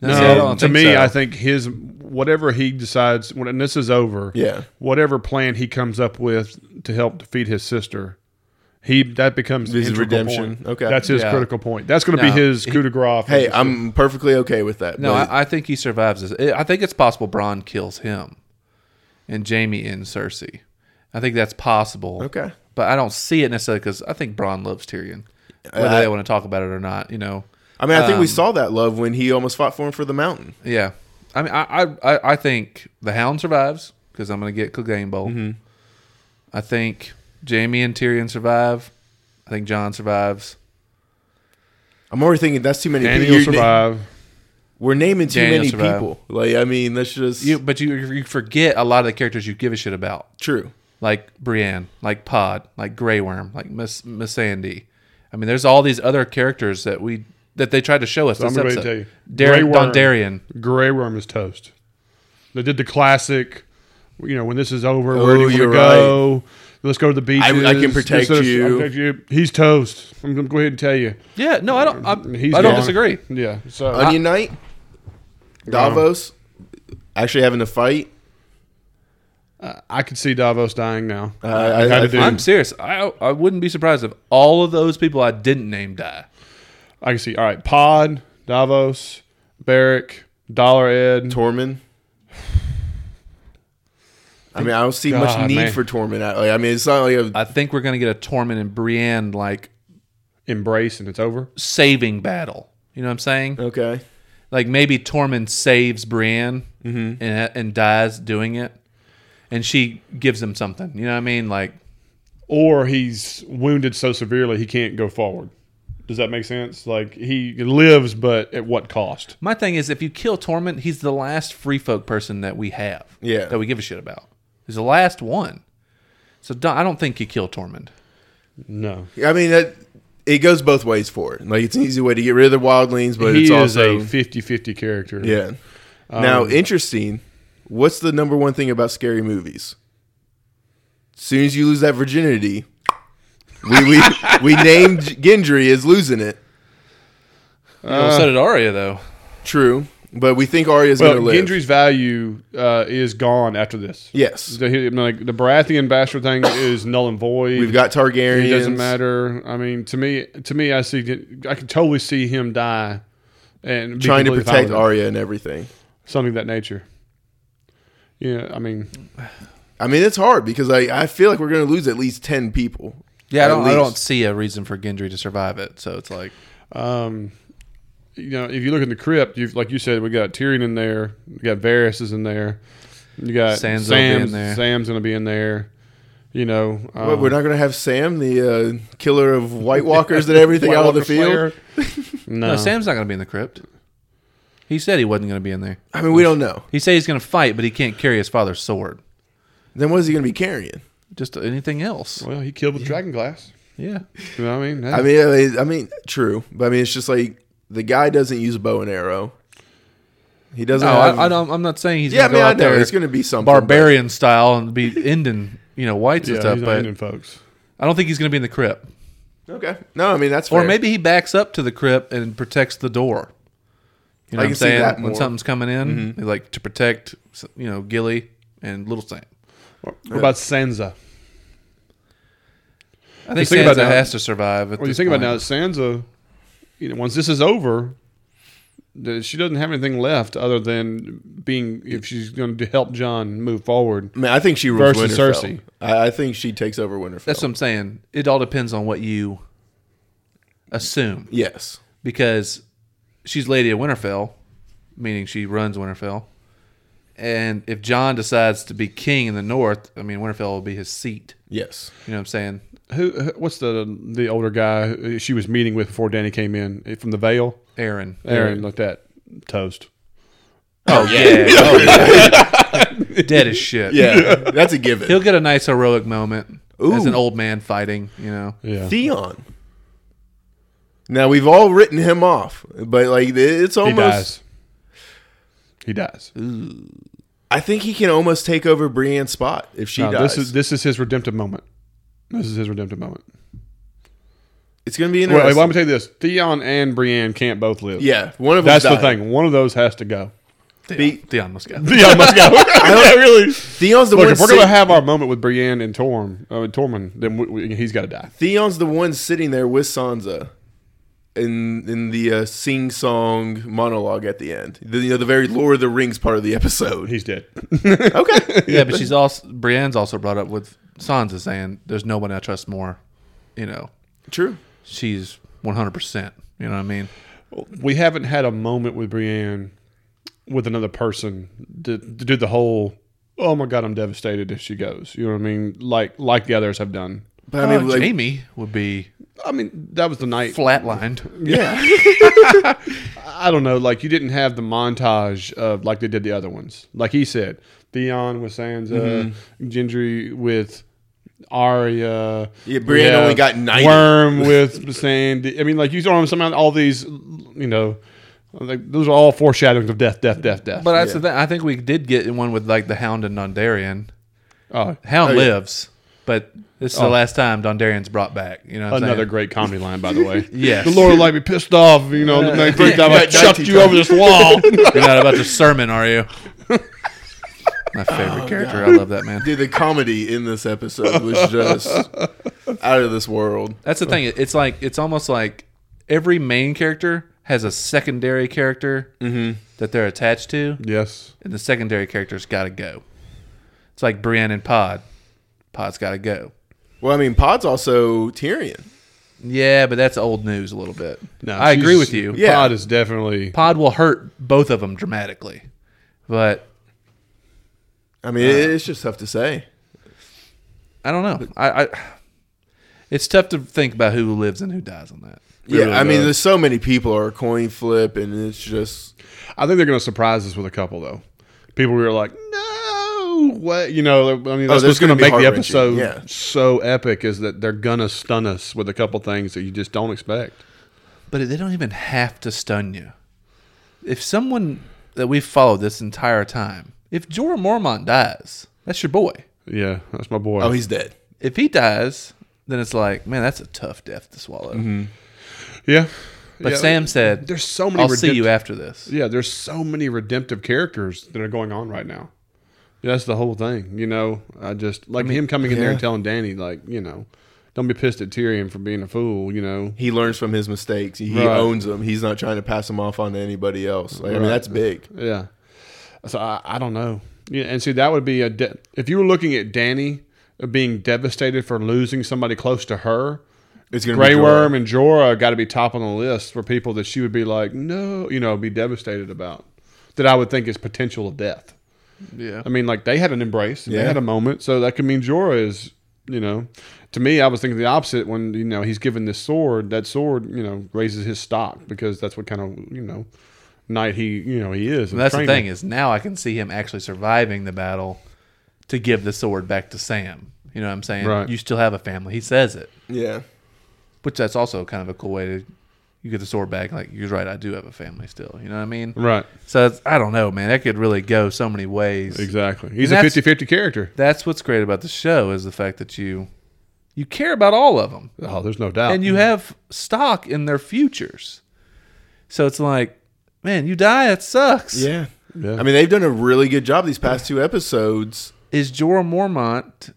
No, See, I don't to think me, so. I think his whatever he decides when this is over, Yeah. whatever plan he comes up with to help defeat his sister, he that becomes His his redemption. Point. Okay. that's his Yeah. critical point. That's going to No. be his coup de grace. for Hey, his sister. I'm perfectly okay with that. No, but I, I think he survives this. I I think it's possible Braun kills him and Jamie and Cersei. I think that's possible. okay. But I don't see it necessarily because I think Braun loves Tyrion. whether I- they want to talk about it or not. You know, I mean, I think Um, we saw that love when he almost fought for him for the mountain. yeah. I mean, I I, I- I think the Hound survives because I'm going to get Clegane Bowl. Mm-hmm. I think Jamie and Tyrion survive. I think John survives. I'm already thinking that's too many. Danny people. will You're- survive. We're naming too Daniel many survived. people. Like, I mean, that's just You, but you you forget a lot of the characters you give a shit about. true. like Brienne, like Pod, like Grey Worm, like Miss Miss Sandy. I mean, there's all these other characters that we that they tried to show us. So I'm this ready to episode. tell you. Grey Darren Worm. Dondarrion. Grey Worm is toast. They did the classic, you know, when this is over, Oh, where do you you're want to go? Let's go to the beach. I- I can protect you. He's toast. I'm going to go ahead and tell you. Yeah, no, I don't. I, He's I don't gone. disagree. Yeah. So Uh, Onion Knight, Davos, actually having a fight. I, I could see Davos dying now. Uh, I- Had to I- do- I'm serious. I I wouldn't be surprised if all of those people I didn't name die. I can see. All right. Pod, Davos, Barrick, Dollar Ed. Tormund. I mean, I don't see much God, need man. for Tormund. I- Like, I mean, it's not like a, I think we're gonna get a Tormund and Brienne like embrace and it's over. saving battle. You know what I'm saying? okay. like maybe Tormund saves Brienne Mm-hmm. and and dies doing it, and she gives him something. You know what I mean? Like Or he's wounded so severely he can't go forward. Does that make sense? Like he lives, but at what cost? my thing is, if you kill Tormund, he's the last free folk person that we have. Yeah. that we give a shit about. He's the last one. So don't- I don't think you kill Tormund. No. I mean, that, it goes both ways for it. Like, it's an easy way to get rid of the wildlings, but he is it's also a Um, 50-50 character. yeah. now, interesting. What's the number one thing about scary movies? soon as you lose that virginity, we we, we named Gendry as losing it. Uh, well, so did Arya though. True, but we think Arya's Well, going to live. Gendry's value uh, is gone after this. yes, The, he- like the Baratheon bastard thing is null and void. we've got Targaryens. It doesn't matter. I mean, to me, to me, I see. I can totally see him die, and be Trying to completely fine protect with it. Arya and everything. something of that nature. Yeah, I mean, I mean, it's hard because I, I feel like we're going to lose at least 10 people. Yeah, I At don't, I least. don't see a reason for Gendry to survive it. So it's like um, you know, if you look in the crypt, you've like you said, we got Tyrion in there, you got Varys is in there, you got Sam's Sansa will be in there. Sam's gonna be in there. You know, um, What, Uh, we're not going to have Sam, the uh, killer of White Walkers and everything White out of the Walker field. Slayer. no, no, Sam's not going to be in the crypt. He said he wasn't going to be in there. I mean, we don't know. He said he's going to fight, but he can't carry his father's sword. Then what is he going to be carrying? Just anything else. Well, he killed with dragon glass. Yeah. You know what I mean? I mean, I mean, I mean, true. But I mean, it's just like the guy doesn't use bow and arrow. He doesn't. No, have, I, I don't, I'm not saying he's Yeah, I gonna mean, go I out know there it's going to be something. but- barbarian style and be ending you know whites yeah, and stuff, he's not but ending folks. I don't think he's gonna be in the crypt. Okay. No, I mean that's Or fair. maybe he backs up to the crypt and protects the door. You know what I can I'm see saying? that When more. something's coming in, like to protect you know Gilly and Little Sam. What what about Sansa? I think think Sansa about now- has to survive. At Well, you this think point. about now, Sansa. You know, once this is over, th- she doesn't have anything left other than being if she's going to help John move forward. I, mean, I think she rules Versus Winterfell. Cersei. I, I think she takes over Winterfell. That's what I'm saying. It all depends on what you assume. yes. because she's Lady of Winterfell, meaning she runs Winterfell. And if John decides to be king in the north, I mean Winterfell will be his seat. Yes. You know what I'm saying? Who? who- What's the the older guy who she was meeting with before Danny came in eh, from the Vale? Aaron. Aaron, like that toast. Oh yeah. Oh, yeah. Dead as shit. Yeah. that's a given. He'll get a nice heroic moment as an Ooh. old man fighting, you know. Yeah. Theon. Now we've all written him off, but like it's he almost. dies. He dies. I think he can almost take over Brienne's spot if she No, dies. this is this is his redemptive moment. This is his redemptive moment. it's going to be Well, interesting. let me tell you this: Theon and Brienne can't both live. yeah, one of that's them's the dying. thing. One of those has to go. Theon, Be- Theon must go. Theon must go. yeah, really. Theon's the Look, one. if we're sit- gonna have our moment with Brienne and Torm, uh, Tormund, then we, we, he's got to die. Theon's the one sitting there with Sansa. In, in the uh, sing song monologue at the end, the, you know the very Lord of the Rings part of the episode. He's dead. Okay, Yeah, but she's also Brienne's also brought up with Sansa saying there's no one I trust more, you know. true. She's one hundred percent. You know what I mean? we haven't had a moment with Brienne with another person to, to do the whole oh my god I'm devastated if she goes you know what I mean like like the others have done But I mean, Uh, like, Jamie would be I mean that was the night flatlined. yeah, I don't know like you didn't have the montage of like they did the other ones like he said Theon with Sansa Mm-hmm. Gendry with Arya Yeah, Brienne We have only got knighted. Worm with Sandy I mean like you saw him somehow all these you know like those are all foreshadowings of death death death death But that's the thing. I think we did get in one with like the Hound and Dondarrion. oh, Hound Oh, yeah. lives, but this is the last time Dondarrion's brought back. You know, what I'm Another saying? great comedy line, by the way. Yes. The Lord will like be pissed off, you know, the next Yeah. time I Yeah. chucked you over this wall. You're not about to sermon, are you? My Oh, favorite character. I love that man. dude, the comedy in this episode was just out of this world. That's the thing. it- It's like it's almost like every main character has a secondary character Mm-hmm. that they're attached to, yes. and the secondary character's got to go. It's like Brienne and Pod. Pod's got to go. Well, I mean, Pod's also Tyrion. Yeah, but that's old news a little bit. No, I agree she's- with you. Yeah. Pod is definitely. Pod will hurt both of them dramatically, but I mean, it it's just tough to say. I don't know. I, I it's tough to think about who lives and who dies on that. Yeah, really I mean, does. there's so many people are a coin flip, and it's just I think they're going to surprise us with a couple, though. People were like, no, what? You know, I mean, that's there's what's going gonna to be make the heart-wrenching. episode Yeah. so epic is that they're going to stun us with a couple things that you just don't expect. But they don't even have to stun you. If someone that we've followed this entire time, if Jorah Mormont dies, that's your boy. Yeah, that's my boy. oh, he's dead. If he dies, then it's like, man, that's a tough death to swallow. yeah. But Mm-hmm. Yeah. Sam said, There's so many "I'll see redempt- you after this." Yeah, there's so many redemptive characters that are going on right now. Yeah, that's the whole thing, you know. I just like him coming in there and yeah. telling Danny, like, you know, don't be pissed at Tyrion for being a fool, you know. He learns from his mistakes. He Right. owns them. He's not trying to pass them off on to anybody else. Like, I mean, Right. that's big. Yeah. So I, I don't know. Yeah, and see, that would be a de- if you were looking at Danny being devastated for losing somebody close to her. It's gonna Grey be Worm and Jorah got to be top on the list for people that she would be like, no, you know, be devastated about. That I would think is potential of death. Yeah, I mean, like they had an embrace, and they Yeah. had a moment, so that could mean Jorah is, you know. To me, I was thinking the opposite when you know he's given this sword. That sword, you know, raises his stock because that's what kind of you know knight he you know he is. And that's the thing is now I can see him actually surviving the battle to give the sword back to Sam. You know what I'm saying? Right. You still have a family. He says it, Yeah. which that's also kind of a cool way to you get the sword back. Like you're right, I do have a family still. You know what I mean? right? So it's, I don't know, man. That could really go so many ways. Exactly. He's And a that's- 50-50 character. That's what's great about the show is the fact that you you care about all of them Oh, there's no doubt. and you have stock in their futures. So it's like, man, you die, it sucks. Yeah. Yeah. I mean, they've done a really good job these past two episodes. is Jorah Mormont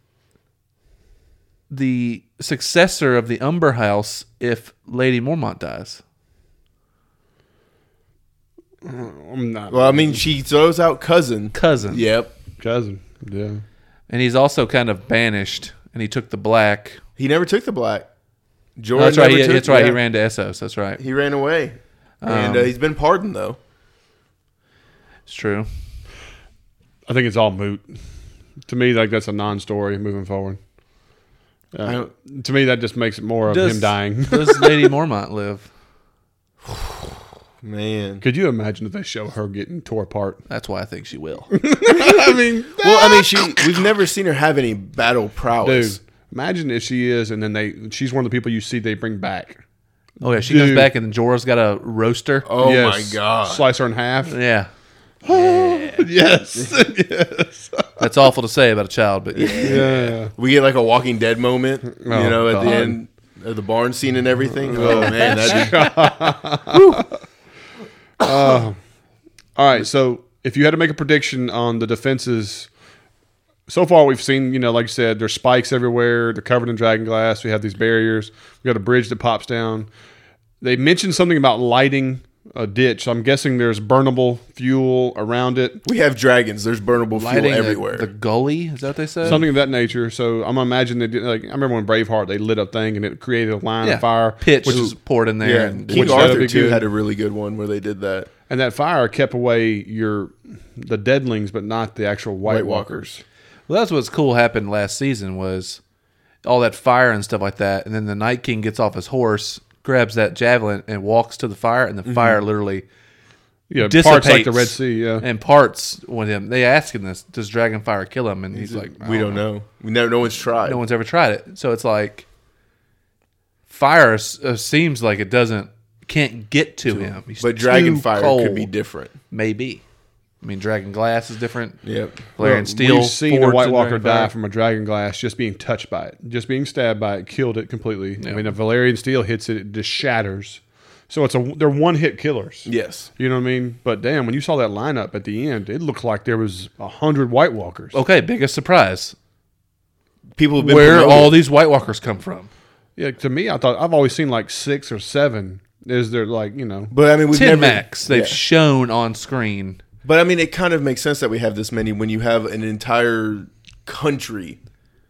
the successor of the Umber House if Lady Mormont dies? I'm not Well, I mean, she throws out cousin. Cousin. Yep. cousin. Yeah. And he's also kind of banished and he took the black. He never took the black. Jordan Oh, that's right. never He, took- that's right. He yeah. ran to Essos. That's right. He ran away, and uh, Um, he's been pardoned though. It's true. I think it's all moot. To me, like that's a non-story moving forward. Uh, I don't- to me, that just makes it more of Does- him dying. Does Lady Mormont live? Man. Could you imagine if they show her getting tore apart? That's why I think she will. I mean, Well, I mean, she. We've never seen her have any battle prowess. Dude, imagine if she is, and then they she's one of the people you see they bring back. Oh yeah, she Dude. comes back and Jorah's got a roaster. Oh Yes. my god. Slice her in half. Yeah, yes. yes. that's awful to say about a child, but yeah. Yeah. we get like a Walking Dead moment, you Oh, know, at God. the end of the barn scene and everything. Oh man, that'd be, All right. So if you had to make a prediction on the defenses, so far we've seen, you know, like you said, there's spikes everywhere. They're covered in dragon glass. We have these barriers. We got a bridge that pops down. They mentioned something about lighting a ditch. I'm guessing there's burnable fuel around it, We have dragons. There's burnable fuel Lighting the- everywhere. The, gully is that what they said? something of that nature. So I'm imagining they did. Like I remember when Braveheart, they lit a thing and it created a line yeah. of fire, pitch, which which is is poured in there. yeah, and Which King that'd Arthur be too good. had a really good one where they did that. And that fire kept away your the deadlings, but not the actual White, White Walkers. Walkers. Well, that's what's cool happened last season was all that fire and stuff like that, and then the Night King gets off his horse, grabs that javelin, and walks to the fire, and the fire literally Yeah, dissipates parts like the Red Sea. Yeah, and parts with him. They ask him this: Does dragon fire kill him? And he's, like, I we don't know. We never. No one's tried. No one's ever tried it, so it's like fire s- uh, seems like it doesn't can't get to him. He's but too dragon fire could cold. be different. Maybe. I mean, dragon glass is different. Yep. Glare Well, and steel. Uh, We've seen a forged White in Walker dragon die fire. from a dragon glass just being touched by it, just being stabbed by it, killed it completely. I mean, a Valerian steel hits it, it just shatters. So it's a they're one hit killers. Yes. You know what I mean? But damn, when you saw that lineup at the end, it looked like there was a hundred White Walkers. Okay, biggest surprise. People have been Where promoted. all these White Walkers come from? Yeah, to me, I thought I've always seen like six or seven. Is there like you know? But I mean, we've Ten never. max they've Yeah. shown on screen. But I mean, it kind of makes sense that we have this many when you have an entire country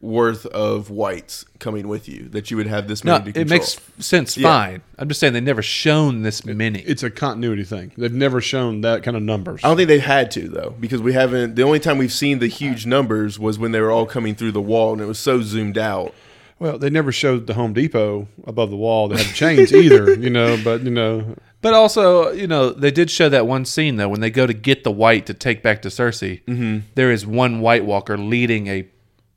worth of whites coming with you. That you would have this No, many. to it control. makes sense. Fine. I'm just saying they've never shown this many. It's a continuity thing. They've never shown that kind of numbers. I don't think they've had to though, because we haven't. The only time we've seen the huge numbers was when they were all coming through the wall, and it was so zoomed out. Well, they never showed the Home Depot above the wall that had chains either, you know. But you know, But also, you know, they did show that one scene though when they go to get the white to take back to Cersei. Mm-hmm. is one White Walker leading a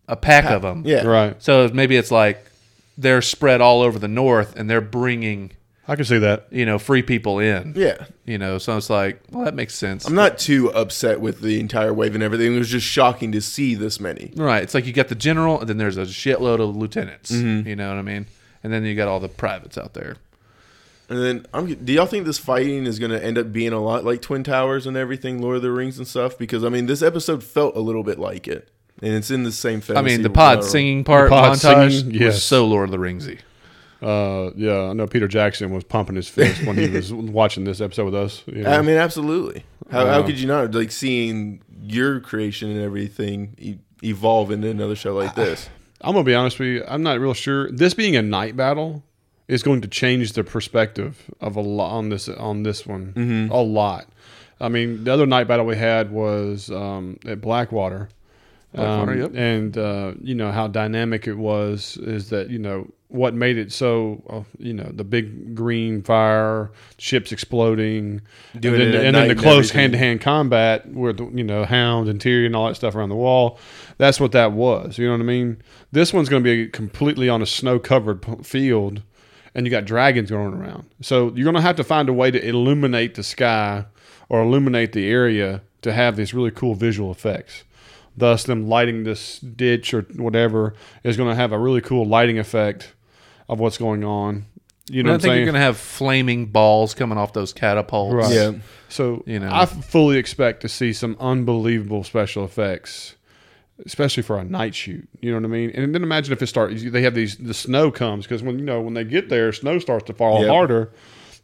a pack, of them. Yeah, right? So maybe it's like they're spread all over the north and they're bringing I can see that. you know free people in. Yeah, You know, so it's like, well, that makes sense. I'm not too upset with the entire wave and everything. It was just shocking to see this many. right. It's like you got the general, and then there's a shitload of lieutenants. You know what I mean? And then you got all the privates out there. And then, I'm, do y'all think this fighting is going to end up being a lot like Twin Towers and everything, Lord of the Rings and stuff? Because I mean, this episode felt a little bit like it, and it's in the same. I Fantasy mean, the pod realm. singing part pod montage singing, was yes. so Lord of the Ringsy. Uh, yeah, I know Peter Jackson was pumping his fist when he was watching this episode with us. You know? I mean, absolutely. How, how could you not like seeing your creation and everything e- evolve into another show like this? I'm gonna be honest with you. I'm not real sure. This being a night battle is going to change the perspective of a lot on this on this one Mm-hmm. a lot. I mean, the other night battle we had was um, at Blackwater, Blackwater, Um, yep. and uh, you know how dynamic it was. Is that you know what made it so? Uh, you know the big green fire, ships exploding, Doing and it then, at and then night the and close everything. hand to hand combat with you know hound and Tyrion and all that stuff around the wall. That's what that was. You know what I mean? This one's going to be completely on a snow covered p- field, and you got dragons going around. So you're going to have to find a way to illuminate the sky or illuminate the area to have these really cool visual effects. Thus, them lighting this ditch or whatever is going to have a really cool lighting effect of what's going on. You know I what I'm don't think saying? you're going to have flaming balls coming off those catapults. Right. Yeah. So You know. I f- fully expect to see some unbelievable special effects, especially for a night shoot. You know what I mean? And then imagine if it starts. They have these. The snow comes because when you know when they get there, snow starts to fall Yep. harder.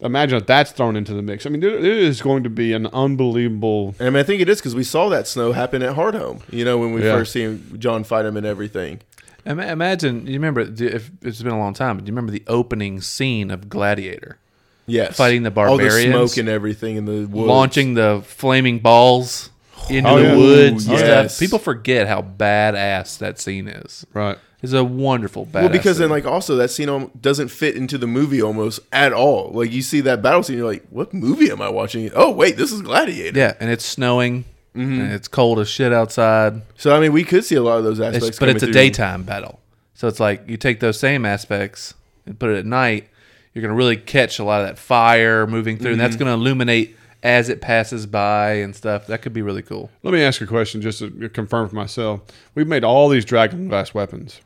Imagine if that's thrown into the mix. I mean, there, there is going to be an unbelievable. And I mean, I think it is because we saw that snow happen at Hardhome. You know, when we Yeah. first seen John fight him and everything. Ima- Imagine you remember the- if it's been a long time. But do you remember the opening scene of Gladiator Yes, Fighting the all the barbarians. smoke and everything in the woods. launching the flaming balls into Oh, the yeah. woods? Ooh, and yes. stuff? People forget how badass that scene is. Right. It's a wonderful badass. Well, because scene. then, like, also that scene al- doesn't fit into the movie almost at all. Like, you see that battle scene, you're like, "What movie am I watching?" Oh, wait, this is Gladiator. yeah, and it's snowing Mm-hmm. and it's cold as shit outside. So, I mean, we could see a lot of those aspects. It's- but coming it's a through. daytime battle, so it's like you take those same aspects and put it at night. You're gonna really catch a lot of that fire moving through, and that's gonna illuminate as it passes by and stuff. That could be really cool. Let me ask you a question just to confirm for myself. We've made all these dragon glass weapons.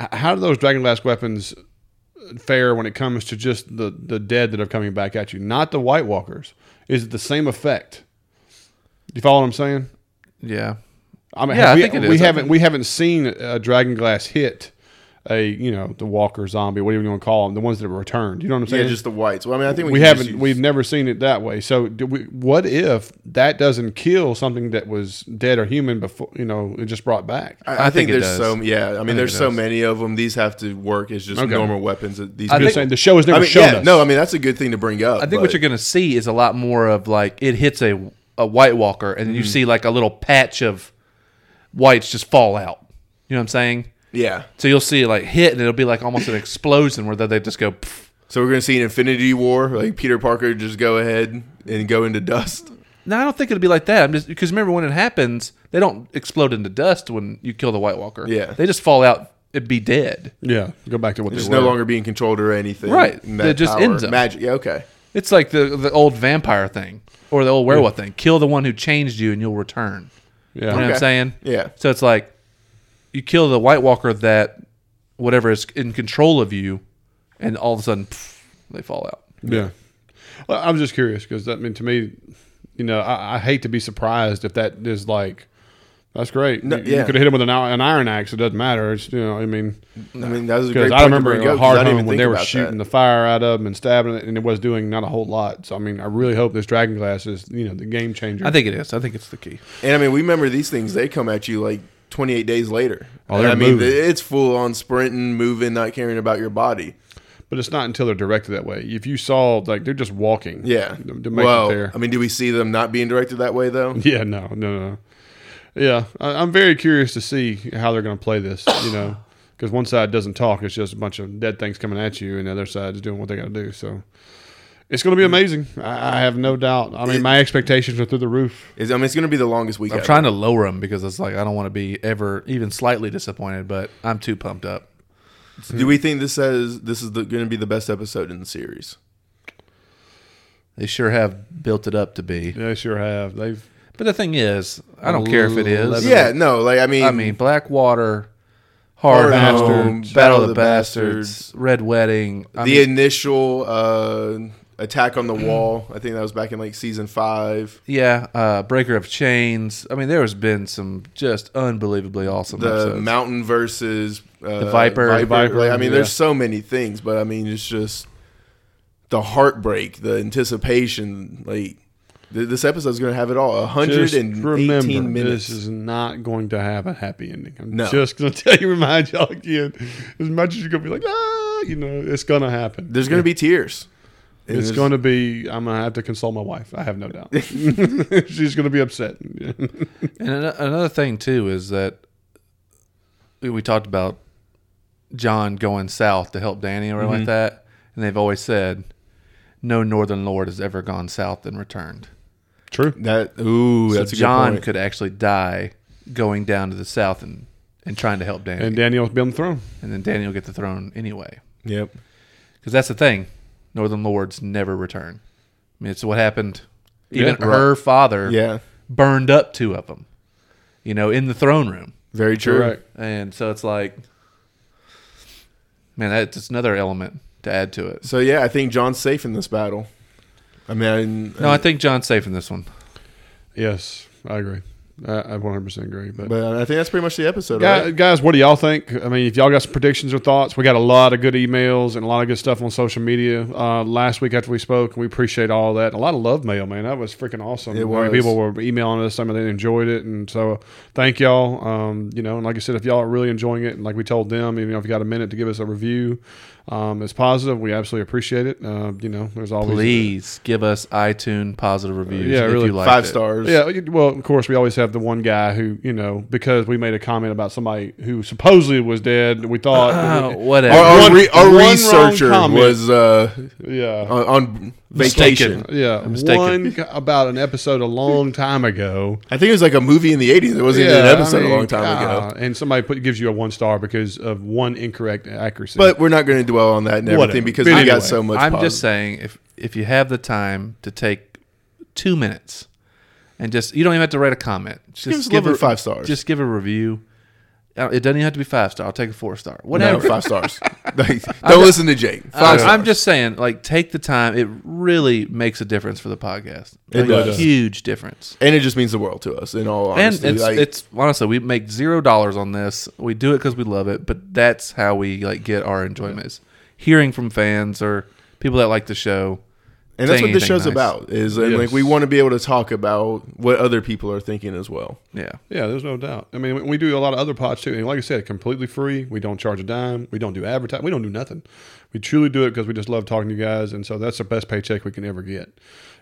H- How do those dragon glass weapons fare when it comes to just the, the dead that are coming back at you, not the White Walkers? Is it the same effect? You follow what I'm saying? Yeah. I mean, Yeah, I we, think it we is. I haven't think- we haven't seen a dragon glass hit a you know the Walker zombie, whatever you want to call them, the ones that returned. You know what I'm saying? Yeah, just the whites. Well, I mean, I think we, we can just haven't use- we've never seen it that way so do we, what if that doesn't kill something that was dead or human before you know it just brought back I, I I think, think it does. there's so yeah. I mean, it there's so does. many of them. These have to work as just Okay. normal weapons. that These I you're think- saying the show has never I mean, shown yeah, us no. I mean, that's a good thing to bring up. I think what you're going to see is a lot more of like it hits a a White Walker, and you see like a little patch of whites just fall out. You know what I'm saying? yeah. So you'll see it like hit, and it'll be like almost an explosion where they just go. Pff. So we're gonna see an Infinity War, like Peter Parker just go ahead and go into dust. No, I don't think it'll be like that. I'm just because remember when it happens, they don't explode into dust when you kill the White Walker. Yeah. they just fall out. It'd be dead. yeah go back to what Just they were no longer being controlled or anything. Right. And It just ends 'em. Magic. Yeah. Okay. It's like the the old vampire thing or the old werewolf thing. Kill the one who changed you, and you'll return. yeah You know what Okay. I'm saying? Yeah. So it's like you kill the White Walker that whatever is in control of you, and all of a sudden pff, they fall out. yeah well, i'm just curious because that I mean to me you know I, I hate to be surprised if that is like that's great No, you, you yeah. could have hit him with an, i- an iron axe it doesn't matter it's you know i mean I mean, that was a great. because Point i remember to bring up, a 'cause I hard didn't home even when think they were about shooting that. the fire out of them and stabbing it and it was doing not a whole lot so i mean i really hope this dragon glass is you know the game changer I think it is. I think it's the key. And I mean, we remember these things. They come at you like 28 days later. Oh, they're I mean, moving. it's full on sprinting, moving, not caring about your body. But it's not until they're directed that way. If you saw, like, they're just walking. Yeah. To, to make well, um, it there. I mean, do we see them not being directed that way though? yeah, no, no, no. Yeah, I, I'm very curious to see how they're going to play this, you know, because one side doesn't talk. It's just a bunch of dead things coming at you, and the other side is doing what they got to do. So it's going to be amazing. I, I have no doubt. I mean, my expectations are through the roof. Is I mean, it's going to be the longest week. I'm ever. trying to lower them because it's like I don't want to be ever even slightly disappointed, but I'm too pumped up. Do we think this says this is going to be the best episode in the series? They sure have built it up to be. They sure have. They've. But the thing is, I don't care if it is. Yeah, no, like I mean, I mean, Blackwater, Hard, Hard Home, Bastards, Battle of the Bastards, Red Wedding. I the mean, initial uh, attack on the wall. I think that was back in like season five. yeah, uh, Breaker of Chains. I mean, there has been some just unbelievably awesome The episodes. mountain versus uh, The Viper. Viper. The Viper, Like, I yeah. mean, there's so many things, but I mean, it's just the heartbreak, the anticipation. Like th- this episode's going to have it all. A hundred Just and remember, eighteen minutes. this is not going to have a happy ending. I'm No. just going to tell you, remind y'all again. As much as you're going to be like, ah, you know, it's going to happen. there's going to be tears. And It's there's- going to be. I'm going to have to console my wife. I have no doubt. She's going to be upset. And an- another thing too is that we- we talked about John going south to help Danny or like that, and they've always said no northern lord has ever gone south and returned. True. that. Ooh, So that's a John good point. could actually die going down to the south and, and trying to help Danny, And and, Daniel's been on the throne. then Danny will get the throne anyway. Yep. Because that's the thing, northern lords never return. I mean, it's what happened. Even Yeah, right. her father Yeah. burned up two of them, you know, in the throne room. Very true. Correct. And so it's like, man, that's just another element to add to it. So yeah, I think John's safe in this battle. I mean, No, I think John's safe in this one. Yes, I agree. I, I 100% agree. But, but I think that's pretty much the episode. Guy- right? guys, what do y'all think? I mean, if y'all got some predictions or thoughts, we got a lot of good emails and a lot of good stuff on social media uh, last week after we spoke. We appreciate all that. A lot of love mail, man. That was freaking awesome. It I mean, was. people were emailing us. Some of them enjoyed it, and so uh, thank y'all. Um, you know, and like I said, if y'all are really enjoying it, and like we told them, you know, if you got a minute to give us a review, um, it's positive. We absolutely appreciate it. Uh, you know, there's always Please give us iTunes positive reviews yeah, if really. you like Five stars. Yeah, you- well, of course, we always have the one guy who, you know, because we made a comment about somebody who supposedly was dead, we thought, Uh, Uh, whatever. Our, our One- re- our one wrong researcher comment. was uh, yeah, on, on Mistaken. vacation. yeah, mistaken. one g- about an episode a long time ago. I think it was like a movie in the 80s. It wasn't even Yeah, an episode I mean, a long time ago. God, and somebody put, gives you a one star because of one incorrect accuracy. But we're not going to dwell on that and everything Whatever. because But we anyway, got so much. I'm positive. just saying, if if you have the time to take two minutes and just you don't even have to write a comment, just, give us a little bit of five stars. Just give a review. Uh, It doesn't even have to be five star. I'll take a four star. Whatever. Uh, No, five stars. Like, don't listen to Jake. Five I, am stars. just saying, like, take the time. It really makes a difference for the podcast. It Like, does. A huge difference. and it just means the world to us. In all honesty, and it's, like, it's honestly, we make zero dollars on this. We do it because we love it, but that's how we like get our enjoyment is hearing from fans or people that like the show. and that's saying what this anything show's nice. about. Is and, like Yes. we want to be able to talk about what other people are thinking as well. Yeah, Yeah, there's no doubt. I mean, we- we do a lot of other pods too, and like I said, completely free. We don't charge a dime. We don't do advertising. We don't do nothing. We truly do it because we just love talking to you guys, and so that's the best paycheck we can ever get.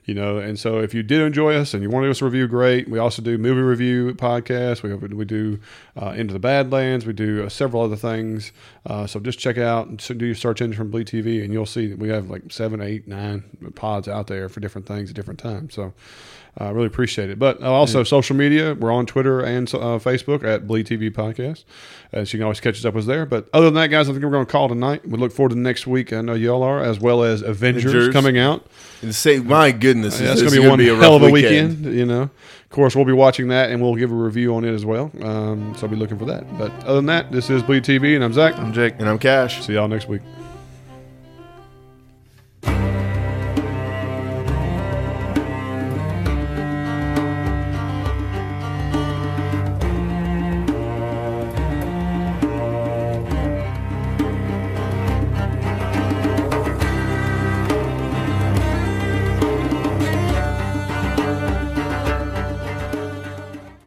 You know, and so if you did enjoy us and you want to give us a review, great. We also do movie review podcasts. We we do uh, Into the Badlands. We do uh, several other things. Uh, so just check out and so do your search engine from Bleed TV, and you'll see that we have like seven, eight, nine pods out there for different things at different times. So I really appreciate it. But uh, also social media, we're on Twitter and uh, Facebook at Bleed TV Podcast. Uh, so you can always catch us up with us there. But other than that, guys, I think we're going to call tonight. We look forward to next week. I know y'all are, as well as Avengers, Avengers. coming out. And say, my goodness, Yeah, this that's is going to be gonna one a hell of rough a weekend. You know, of course, we'll be watching that and we'll give a review on it as well. Um, so I'll be looking for that. But other than that, this is Bleed TV, and I'm Zach. I'm Jake. And I'm Cash. See y'all next week.